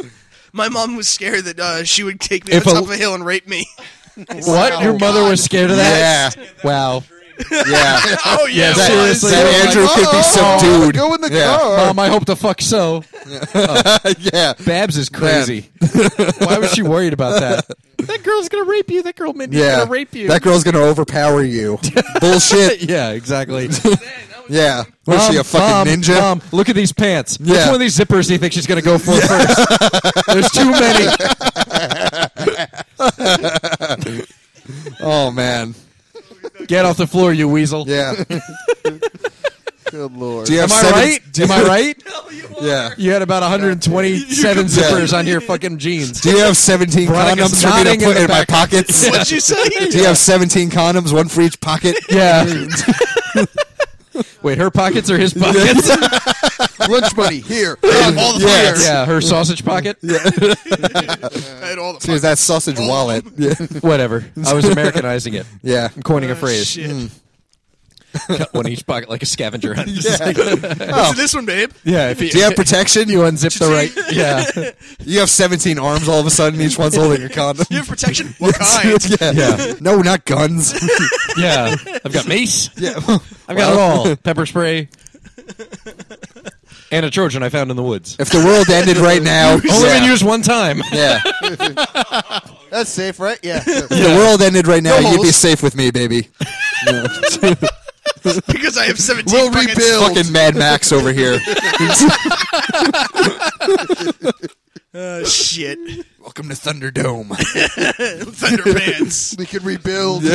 My mom was scared that uh, she would take me
If
up
a-
top of a hill and rape me.
What? Your
Oh,
mother was scared of that? Yeah. Wow.
Yeah.
oh yeah,
that-
it was.
seriously. they
that
were
Andrew
like,
could be subdued.
Go in the
Yeah.
car.
Mom, I hope the fuck so.
yeah.
Babs is crazy. Why was she worried about that? That girl's gonna rape you. That girl Mindy's
Yeah.
gonna rape you.
That girl's going to overpower you. Bullshit.
yeah, exactly.
Yeah. Was she
Mom,
a fucking ninja?
Mom, look at these pants. Which
Yeah.
one of these zippers do you think she's gonna go for first? There's too many.
Oh, man.
Get off the floor, you weasel.
Yeah.
Good lord.
Do you have
Am I
seven-
right? Am I right?
Yeah.
You had about 127 zippers on your fucking jeans.
Do you have 17
Veronica's
condoms for me
nodding
to
in
put
the
in my
back.
pockets?
What'd you say?
Do you have 17 condoms, one for each pocket?
Yeah. Wait, her pockets or his pockets?
Lunch money here.
I had all the
Yeah.
fingers.
yeah, her sausage pocket.
I had all the
There's that sausage wallet. Yeah.
Whatever. I was Americanizing it.
Yeah.
I'm coining a
Oh,
phrase. Mm.
shit.
Cut one in each pocket like a scavenger hunt.
Listen to this one, babe.
yeah. If you,
Do you have protection? You unzip the right.
yeah.
You have 17 arms all of a sudden. Each one's holding a condom.
You have protection? What kind?
yeah.
Yeah.
No, not guns.
Yeah. I've got mace.
yeah.
I've got it all. Pepper spray. And a Trojan I found in the woods.
If the world ended right now,
Only
yeah.
been used one time.
yeah.
That's safe, right? Yeah.
If the world ended right now,
No
you'd be
holes.
safe with me, baby.
Because I have 17
We'll
buckets.
rebuild.
Fucking Mad Max over here.
Uh, shit.
Welcome to Thunderdome.
Thunder pants.
We can rebuild. we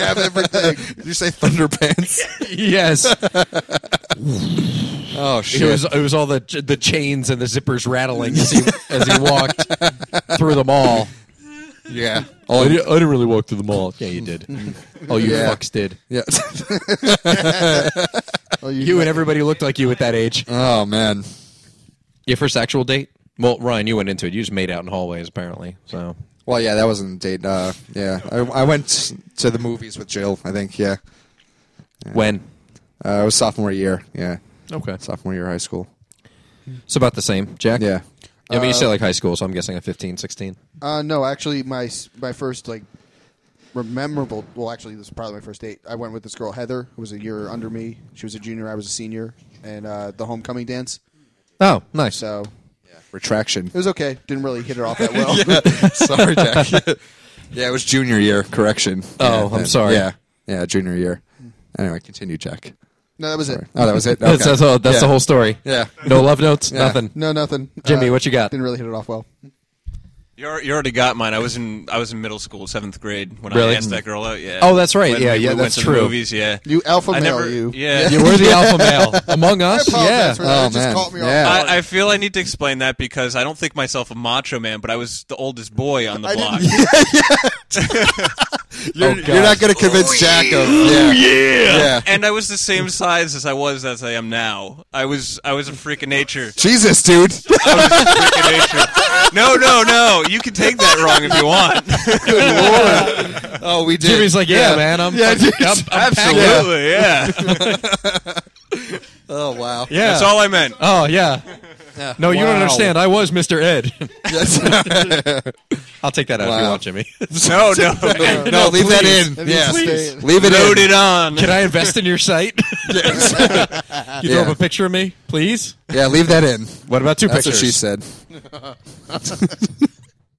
have everything.
Did you say Thunderpants?
yes.
Oh
It was, it was all the the chains and the zippers rattling as he as he walked through the mall.
Yeah.
Oh, I didn't, I didn't really walk through the mall. Yeah, you did. oh, you
Yeah.
fucks did.
Yeah.
Oh,
You and everybody looked like you at that age.
oh man.
Your first actual date? Well, Ryan, you went into it. You just made out in hallways, apparently. So
Well, yeah, that wasn't a date. Uh, yeah, I, I went to the movies with Jill. I think. Yeah,
when?
uh, it was sophomore year. Yeah,
Okay,
sophomore year of high school.
it's about the same, Jack.
Yeah. Uh,
I mean, you say like high school, so I'm guessing a 15, 16.
Uh, no, actually, my s- my first like memorable. Well, actually, this was probably my first date. I went with this girl Heather, who was a year under me. She was a junior. I was a senior, and uh, the homecoming dance.
Oh, nice.
So
Retraction.
it was okay. Didn't really hit it off that well.
sorry, Jack. yeah, it was junior year. Correction.
Oh,
Yeah,
I'm
then-
sorry.
Yeah, yeah, junior year. Anyway, continue, Jack.
No, that was it.
Oh, that was it.
That's,
Okay.
that's, all, that's
Yeah.
the whole story.
Yeah.
No love notes,
Yeah.
nothing.
No, nothing.
Jimmy,
Uh,
what you got?
Didn't really hit it off well.
You al- you already got mine. I was in I was in middle school, seventh grade, when
Really?
I asked that girl out. Yeah.
Oh, that's right.
When
Yeah,
we-
yeah,
we
that's
went to
true.
The movies, yeah.
You alpha
I
male.
never.
you.
Yeah.
You were the alpha male among us. Yeah.
for that.
Oh,
It just
man.
caught me off
Yeah.
guard.
I, I feel I need to explain that because I don't think myself a macho man, but I was the oldest boy on the
I
block.
didn't-
You're,
Oh,
you're
God.
not going to convince Jack of. Yeah. yeah.
and I was the same size as I was as I am now. I was I was a freak of nature.
Jesus, dude.
I was a freak of nature. No, no, no. You can take that wrong if you want.
oh, we did.
Jimmy's like, yeah, man, I'm,
Yeah,
fucking-
dude,
I'm- I'm packing.
Absolutely, yeah.
Oh, wow.
Yeah.
That's all I meant.
Oh yeah. No, you don't
Wow.
understand. I was Mr. Ed. I'll take that out if you
Wow.
want, Jimmy.
No, no.
no, leave that in.
That
yeah.
needs to stay in.
Leave it
Load
in.
it on.
Can I invest in your site? you throw
Yeah.
up a picture of me, please.
Yeah, leave that in.
What about two
That's what
pictures?
she said.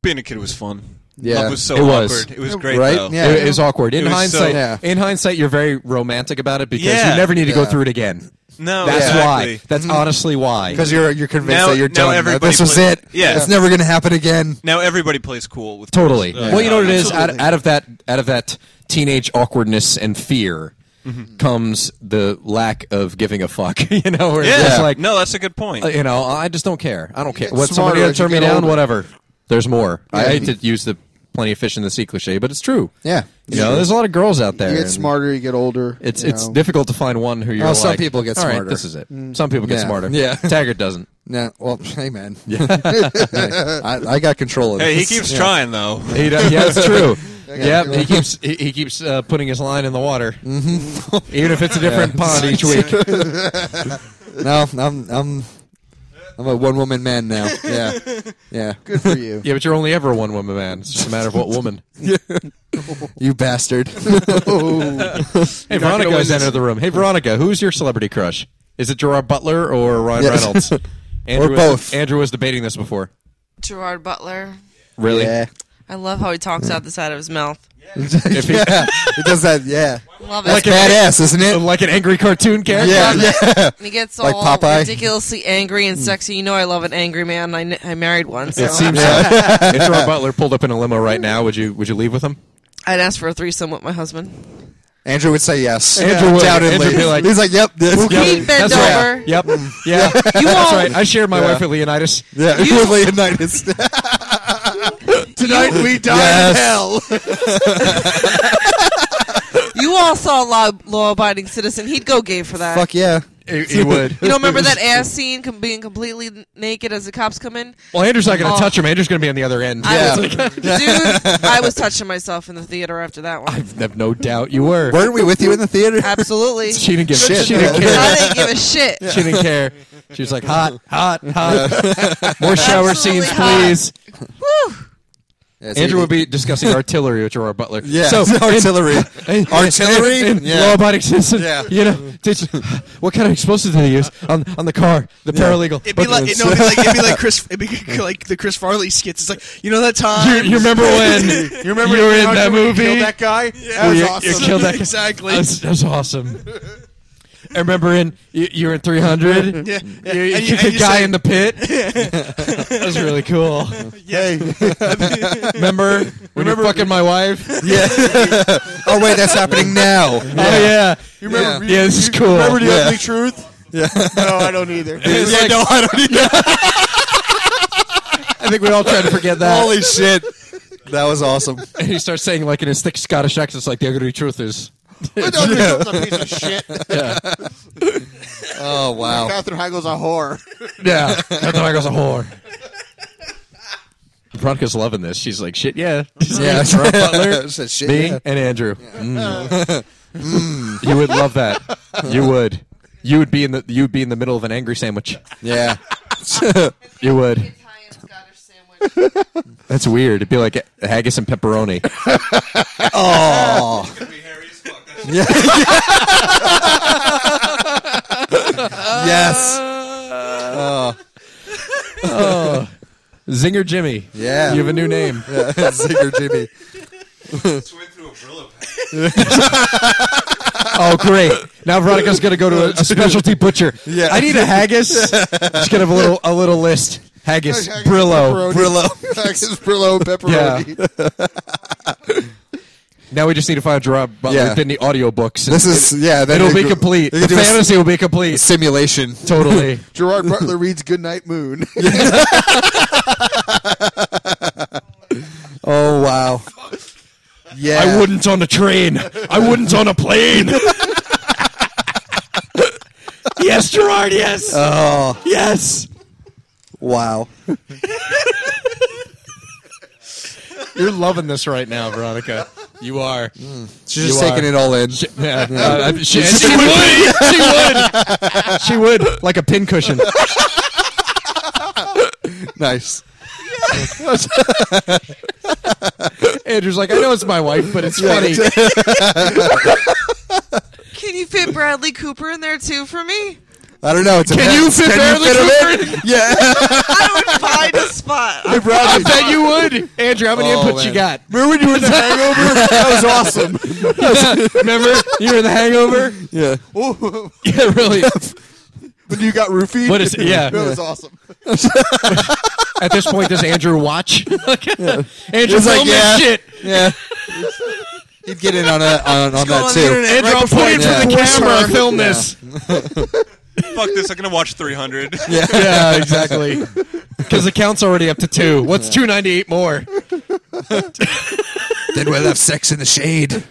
Being a kid was fun.
Yeah.
Love was so
It was.
awkward. It was great
Right?
though.
Yeah.
It, it was awkward. In
It was
hindsight,
so-
Yeah.
in hindsight, you're very romantic about it because
Yeah.
you never need to go
Yeah.
through it again.
No,
That's
exactly.
why. That's honestly why.
Mm-hmm. Because you're you're convinced
Now-
that you're
now
done. That
everybody
this was
plays-
it.
Yeah.
It's never going to happen again.
Now everybody plays cool with
Totally.
girls. Uh,
Well, you know what it is. Out,
Absolutely.
out of that, out of that teenage awkwardness and fear
Mm-hmm.
comes the lack of giving a fuck. you know, where it's
Yeah.
just like,
no, that's a good point.
uh, you know, I just don't care. I don't care. What
smarter
somebody
as
to turn
you
me
get
down,
older.
whatever. There's more. I
Yeah.
hate to use the plenty of fish in the sea cliche, but it's true.
Yeah.
You know, there's a lot of girls out there.
You get
and
smarter. You get older.
It's
you
it's
know.
difficult to find one who you're
Well, some
like,
people get
"All right,
smarter."
this is it. Some people get
Yeah.
smarter.
Yeah.
Taggart doesn't.
Yeah. Well, hey, man. I, I got control of
hey, he
this.
keeps
Yeah.
trying though.
He does. Yeah, it's true. Yeah,
you're
he keeps he, he keeps uh, putting his line in the water, even if it's a different pond each week.
No, I'm I'm I'm a one woman man now. Yeah. Yeah.
good for you.
Yeah, but you're only ever one woman man. It's just a matter of what woman.
You bastard.
Hey,
not gonna
Veronica
win
has
this.
entered the room. Hey, Veronica, who's your celebrity crush? Is it Gerard Butler or Ryan
Yes.
Reynolds? Andrew was-
both.
Andrew was debating this before.
Gerard Butler.
Really?
yeah.
I love how he talks out the side of his mouth.
If he-
yeah. It does that. Yeah.
Love it.
That's badass, isn't it?
like an angry cartoon character.
Yeah. Yeah.
And he gets
Like
all
Popeye?
ridiculously angry and sexy. You know, I love an angry man. I, kn- I married one, so
Hmm. It seems so. if Gerard Butler pulled up in a limo right now, would you would you leave with him?
I'd ask for a threesome with my husband.
Andrew would say yes.
Andrew would.
Undoubtedly.
Andrew'd be like-
He's like, yep. This,
Yep. He'd bend
That's right.
over.
Yep. Yeah.
You
That's
won't.
right. I shared my
Yeah.
wife at Leonidas.
Yeah.
You-
With Leonidas.
Tonight we die
Yes.
in hell.
You all saw law, law-abiding citizen. He'd go gay for that.
Fuck yeah.
He, he would.
You don't remember that ass scene com- being completely n- naked as the cops come in?
Well, Andrew's not going to
Oh.
touch him. Andrew's going to be on the other end.
I
Yeah.
was, dude, I was touching myself in the theater after that one.
I have no doubt you were.
Weren't we with you in the theater?
Absolutely.
She didn't give a
Shit.
shit. She didn't care.
I didn't give a shit.
She didn't care. She was like, hot, hot, hot. More shower
Absolutely
scenes,
hot.
please.
Woo.
Yes,
Andrew
he-
would be discussing artillery with Gerard Butler.
Yeah.
So,
artillery.
in-
Artillery?
in- in
Yeah.
law-abiding citizen.
Yeah.
You know, did you- what kind of explosives did he use on on the car? The paralegal.
It'd be like it, no, it'd be like it'd be like Chris, it'd be like the Chris Farley skits. It's like you know that
You,
time
you remember when you remember you were in that movie?
that guy. Yeah.
Well,
That was
you-
awesome.
You killed that
Exactly.
That was, that was awesome. I remember in you, you were in 300.
Yeah, yeah.
You, you
And you-
kicked
and
a
you
guy
say-
in the pit. that was really cool. remember when you're fucking my wife?
Yeah. oh wait, that's happening now.
Oh yeah.
You remember?
Yeah, this is cool.
Remember the
Yeah.
ugly truth? Yeah. No, I don't either.
It's like-
no, I don't.
I think we all tried to forget that.
Holy shit. That was awesome.
and he starts saying like in his thick Scottish accent, it's like the ugly truth is.
a piece of shit.
Oh wow.
Catherine Heigl's a whore.
Yeah, that goes a whore. Veronica's loving this. She's like, shit, yeah.
Yeah, that's right. Said, Shit,
Me
yeah.
and Andrew. Mm. Mm. You would love that. You would. You would be in the you would be in the middle of an angry sandwich.
Yeah.
You would.
Italian Scottish sandwich.
That's weird. It'd be like a haggis and pepperoni.
It's gonna be hairy as fuck. That's
Yes.
Zinger Jimmy.
Yeah.
You have a new name.
Zigger Jimmy.
just went through a Brillo pack.
Oh, great! Now Veronica's gonna go to a, a specialty butcher.
Yeah.
I need a haggis. She's gonna have a little a little list. Haggis, Brillo.
Brillo.
Texas Brillo pepperoni.
Now we just need to find Gerard Butler
Yeah.
in the audiobooks.
This is yeah. they
it'll
did
be
gr-
complete.
they
The
do a s-
fantasy will be complete.
simulation.
Totally.
Gerard Butler reads Goodnight Moon.
Oh wow. Yeah.
I wouldn't on a train. I wouldn't on a plane. yes, Gerard. Yes.
Oh
yes.
wow.
You're loving this right now, Veronica. You are.
She's just
You
taking
are-
it all in.
Yeah, uh, she, and she would. She would. She would like a pincushion.
nice.
Andrew's like, I know it's my wife, but it's funny.
Can you fit Bradley Cooper in there too for me?
I don't know. It's a
Can you fit Bradley
him in? Yeah.
I would find a spot. I
I bet you would, Andrew. How many
Oh,
inputs you
man.
got?
Remember when you were in the Hangover? that was awesome.
Remember, you were the Hangover.
Yeah.
Yeah, really.
when you got roofied.
What is- yeah.
that was awesome.
At this point, does Andrew watch? Andrew's
He's like,
like,
yeah.
shit.
Yeah. He'd get in on a, on, on that
on the
too.
internet.
Andrew,
Right
I'll put it
before
for the
the voice
camera.
work.
Film this.
Fuck this! I'm gonna watch 300.
Yeah.
Yeah, exactly. Because the count's already up to two. What's two ninety eight more?
Then we'll have sex in the shade.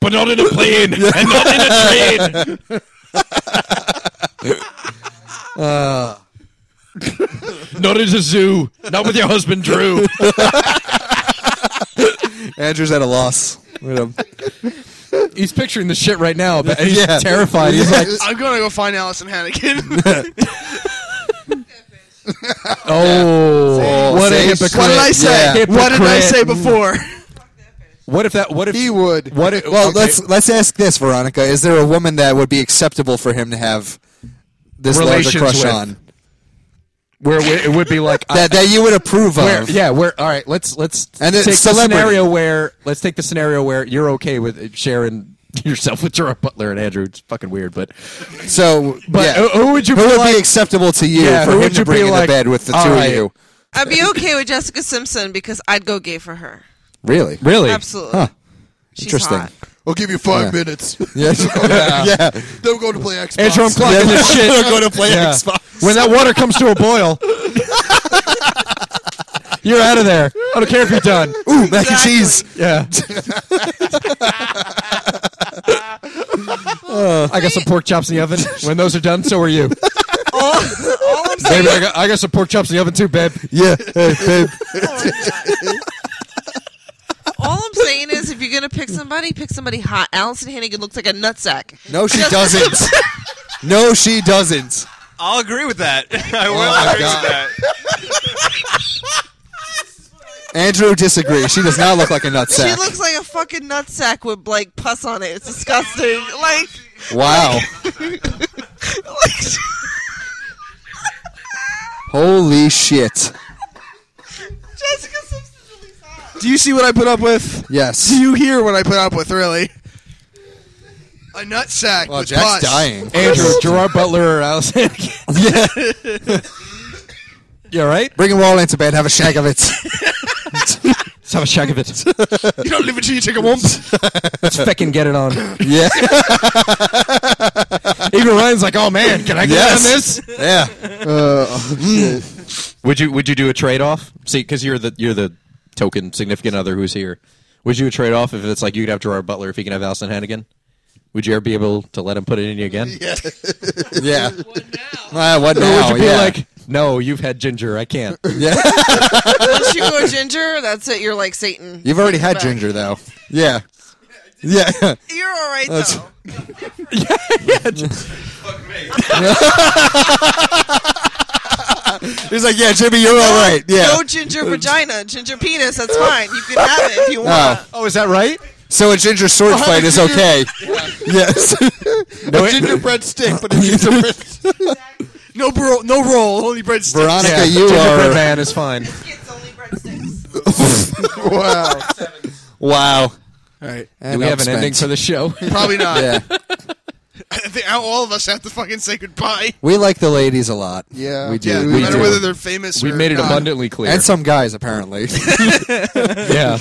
But not in a plane and not in a train. Not in a zoo. Not with your husband, Drew.
Andrew's at a loss. Look at him.
He's picturing the shit right now, but he's
Yeah.
terrified. He's like,
I'm gonna go find Allison Hannigan.
"Oh, what a
Say-
hypocrite!"
What did I say?
Yeah.
what did I
Hypocrite.
say before?
What if that? What if
He would.
What? If,
Well,
okay.
let's let's ask this, Veronica. Is there a woman that would be acceptable for him to have this large a
Relations
crush
with.
on
where we- it would be like I-
that that you would approve
where,
of?
yeah, where all right, let's let's
And
take
it's
the
celebrity.
scenario where let's take the scenario where you're okay with sharing yourself with Gerard Butler and Andrew. It's fucking weird, but
So,
but
yeah.
who, who would you
who
be
would
like?
be acceptable to you
Yeah,
for
who
him
would
to
you
bring
be
in
like,
the bed with the two
all right.
of you?
I'd be okay with Jessica Simpson because I'd go gay for her.
Really?
really?
Absolutely.
Huh.
She's
Interesting.
hot.
I'll give you five
Yeah.
minutes.
Yes. yeah. yeah.
then we're going to play Xbox.
Andrew, I'm clocking this shit.
We're going to play
Yeah.
Xbox.
When that water comes to a boil, you're out of there. I don't care if you're done.
Ooh, mac and cheese.
Yeah. I got some pork chops in the oven. When those are done, so are you.
All, all I'm saying
Baby, I got, I got some pork chops in the oven too, babe.
Yeah. Hey, babe.
All I'm saying is, if you're gonna pick somebody, pick somebody hot. Allison Hannigan looks like a nutsack.
No, she doesn't. No, she doesn't.
I'll agree with that. I will
Oh my
agree
God.
with that.
Andrew disagrees. She does not look like a nutsack.
She looks like a fucking nutsack with like pus on it. It's disgusting. Like,
wow.
like
Holy shit.
Jessica Simpson's really hot.
Do you see what I put up with?
Yes.
Do you hear what I put up with? Really? A nutsack.
well,
with
Jack's
pus.
dying.
Andrew, Gerard Butler, or Allison.
yeah.
you all right?
Bring them all into bed. Have a shag of it.
Let's have a shag of it.
You don't live until you take a womp.
Let's fucking get it on.
Yeah.
Even Ryan's like, oh man, can I get
Yes. Oh,
on this?
Yeah.
Mm. Would you would you do a trade off? See, because you're the you're the token significant other who's here. Would you trade off if it's like you could have Gerard Butler if he can have Allison Hannigan? Would you ever be able to let him put it in you again?
yeah.
One now.
Ah, what
Or
now?
would you be
yeah.
like, no, you've had ginger, I can't.
Once you go ginger, that's it. You're like Satan.
You've already had
Back.
ginger though. Yeah. Yeah.
You're all right
That's-
though.
He's like, yeah, Jimmy, you're all right. Yeah.
No ginger vagina, ginger penis. That's fine. You can have it if you want.
Oh.
oh, is that right?
So a ginger sword fight is okay. Yes. No, it-
gingerbread stick, but it's gingerbread.
No bro, no roll, only breadsticks.
Veronica,
Yeah,
you
gingerbread
are
man is fine.
It's only breadsticks.
wow. wow.
All right,
Do we have an ending for the show?
probably not.
Yeah.
I think all of us have to fucking say goodbye.
We like the ladies a lot.
Yeah.
We do.
Yeah, no
we
matter
do.
whether they're famous.
we
or
made it
not.
abundantly clear.
and some guys apparently.
yeah.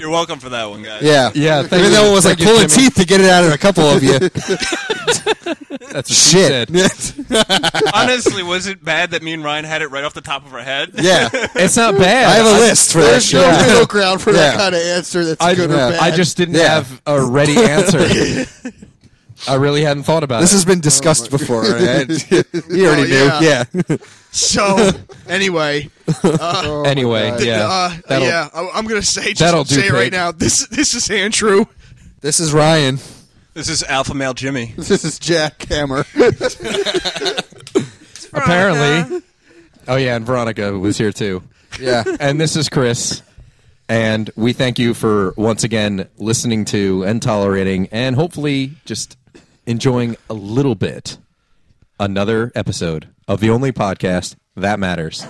You're welcome for that one, guys.
yeah.
Yeah, thank
Even
you.
though it was
Thank
like
you,
pulling
Jimmy.
teeth to get it out of a couple of you.
That's what she
Shit.
said.
Honestly, was it bad that me and Ryan had it right off the top of our head?
yeah.
It's not bad.
I have a list for that
There's
shit.
no middle ground for that
Yeah.
kind of answer that's
I,
good or
yeah.
bad.
I just didn't
Yeah.
have a ready answer. I really hadn't thought about
This
it.
has been discussed before. Right? you already
Oh,
knew. Yeah.
So anyway, uh,
Oh
anyway,
th-
yeah.
uh,
That'll-
yeah, I, I'm gonna say just
that'll do,
say it right
Pig.
now. This this is Andrew.
This is Ryan.
This is Alpha Male Jimmy.
this is Jack Hammer.
Apparently. Oh yeah, and Veronica was here too.
Yeah.
And this is Chris. And we thank you for once again listening to and tolerating and hopefully just enjoying a little bit another episode of the only podcast that matters.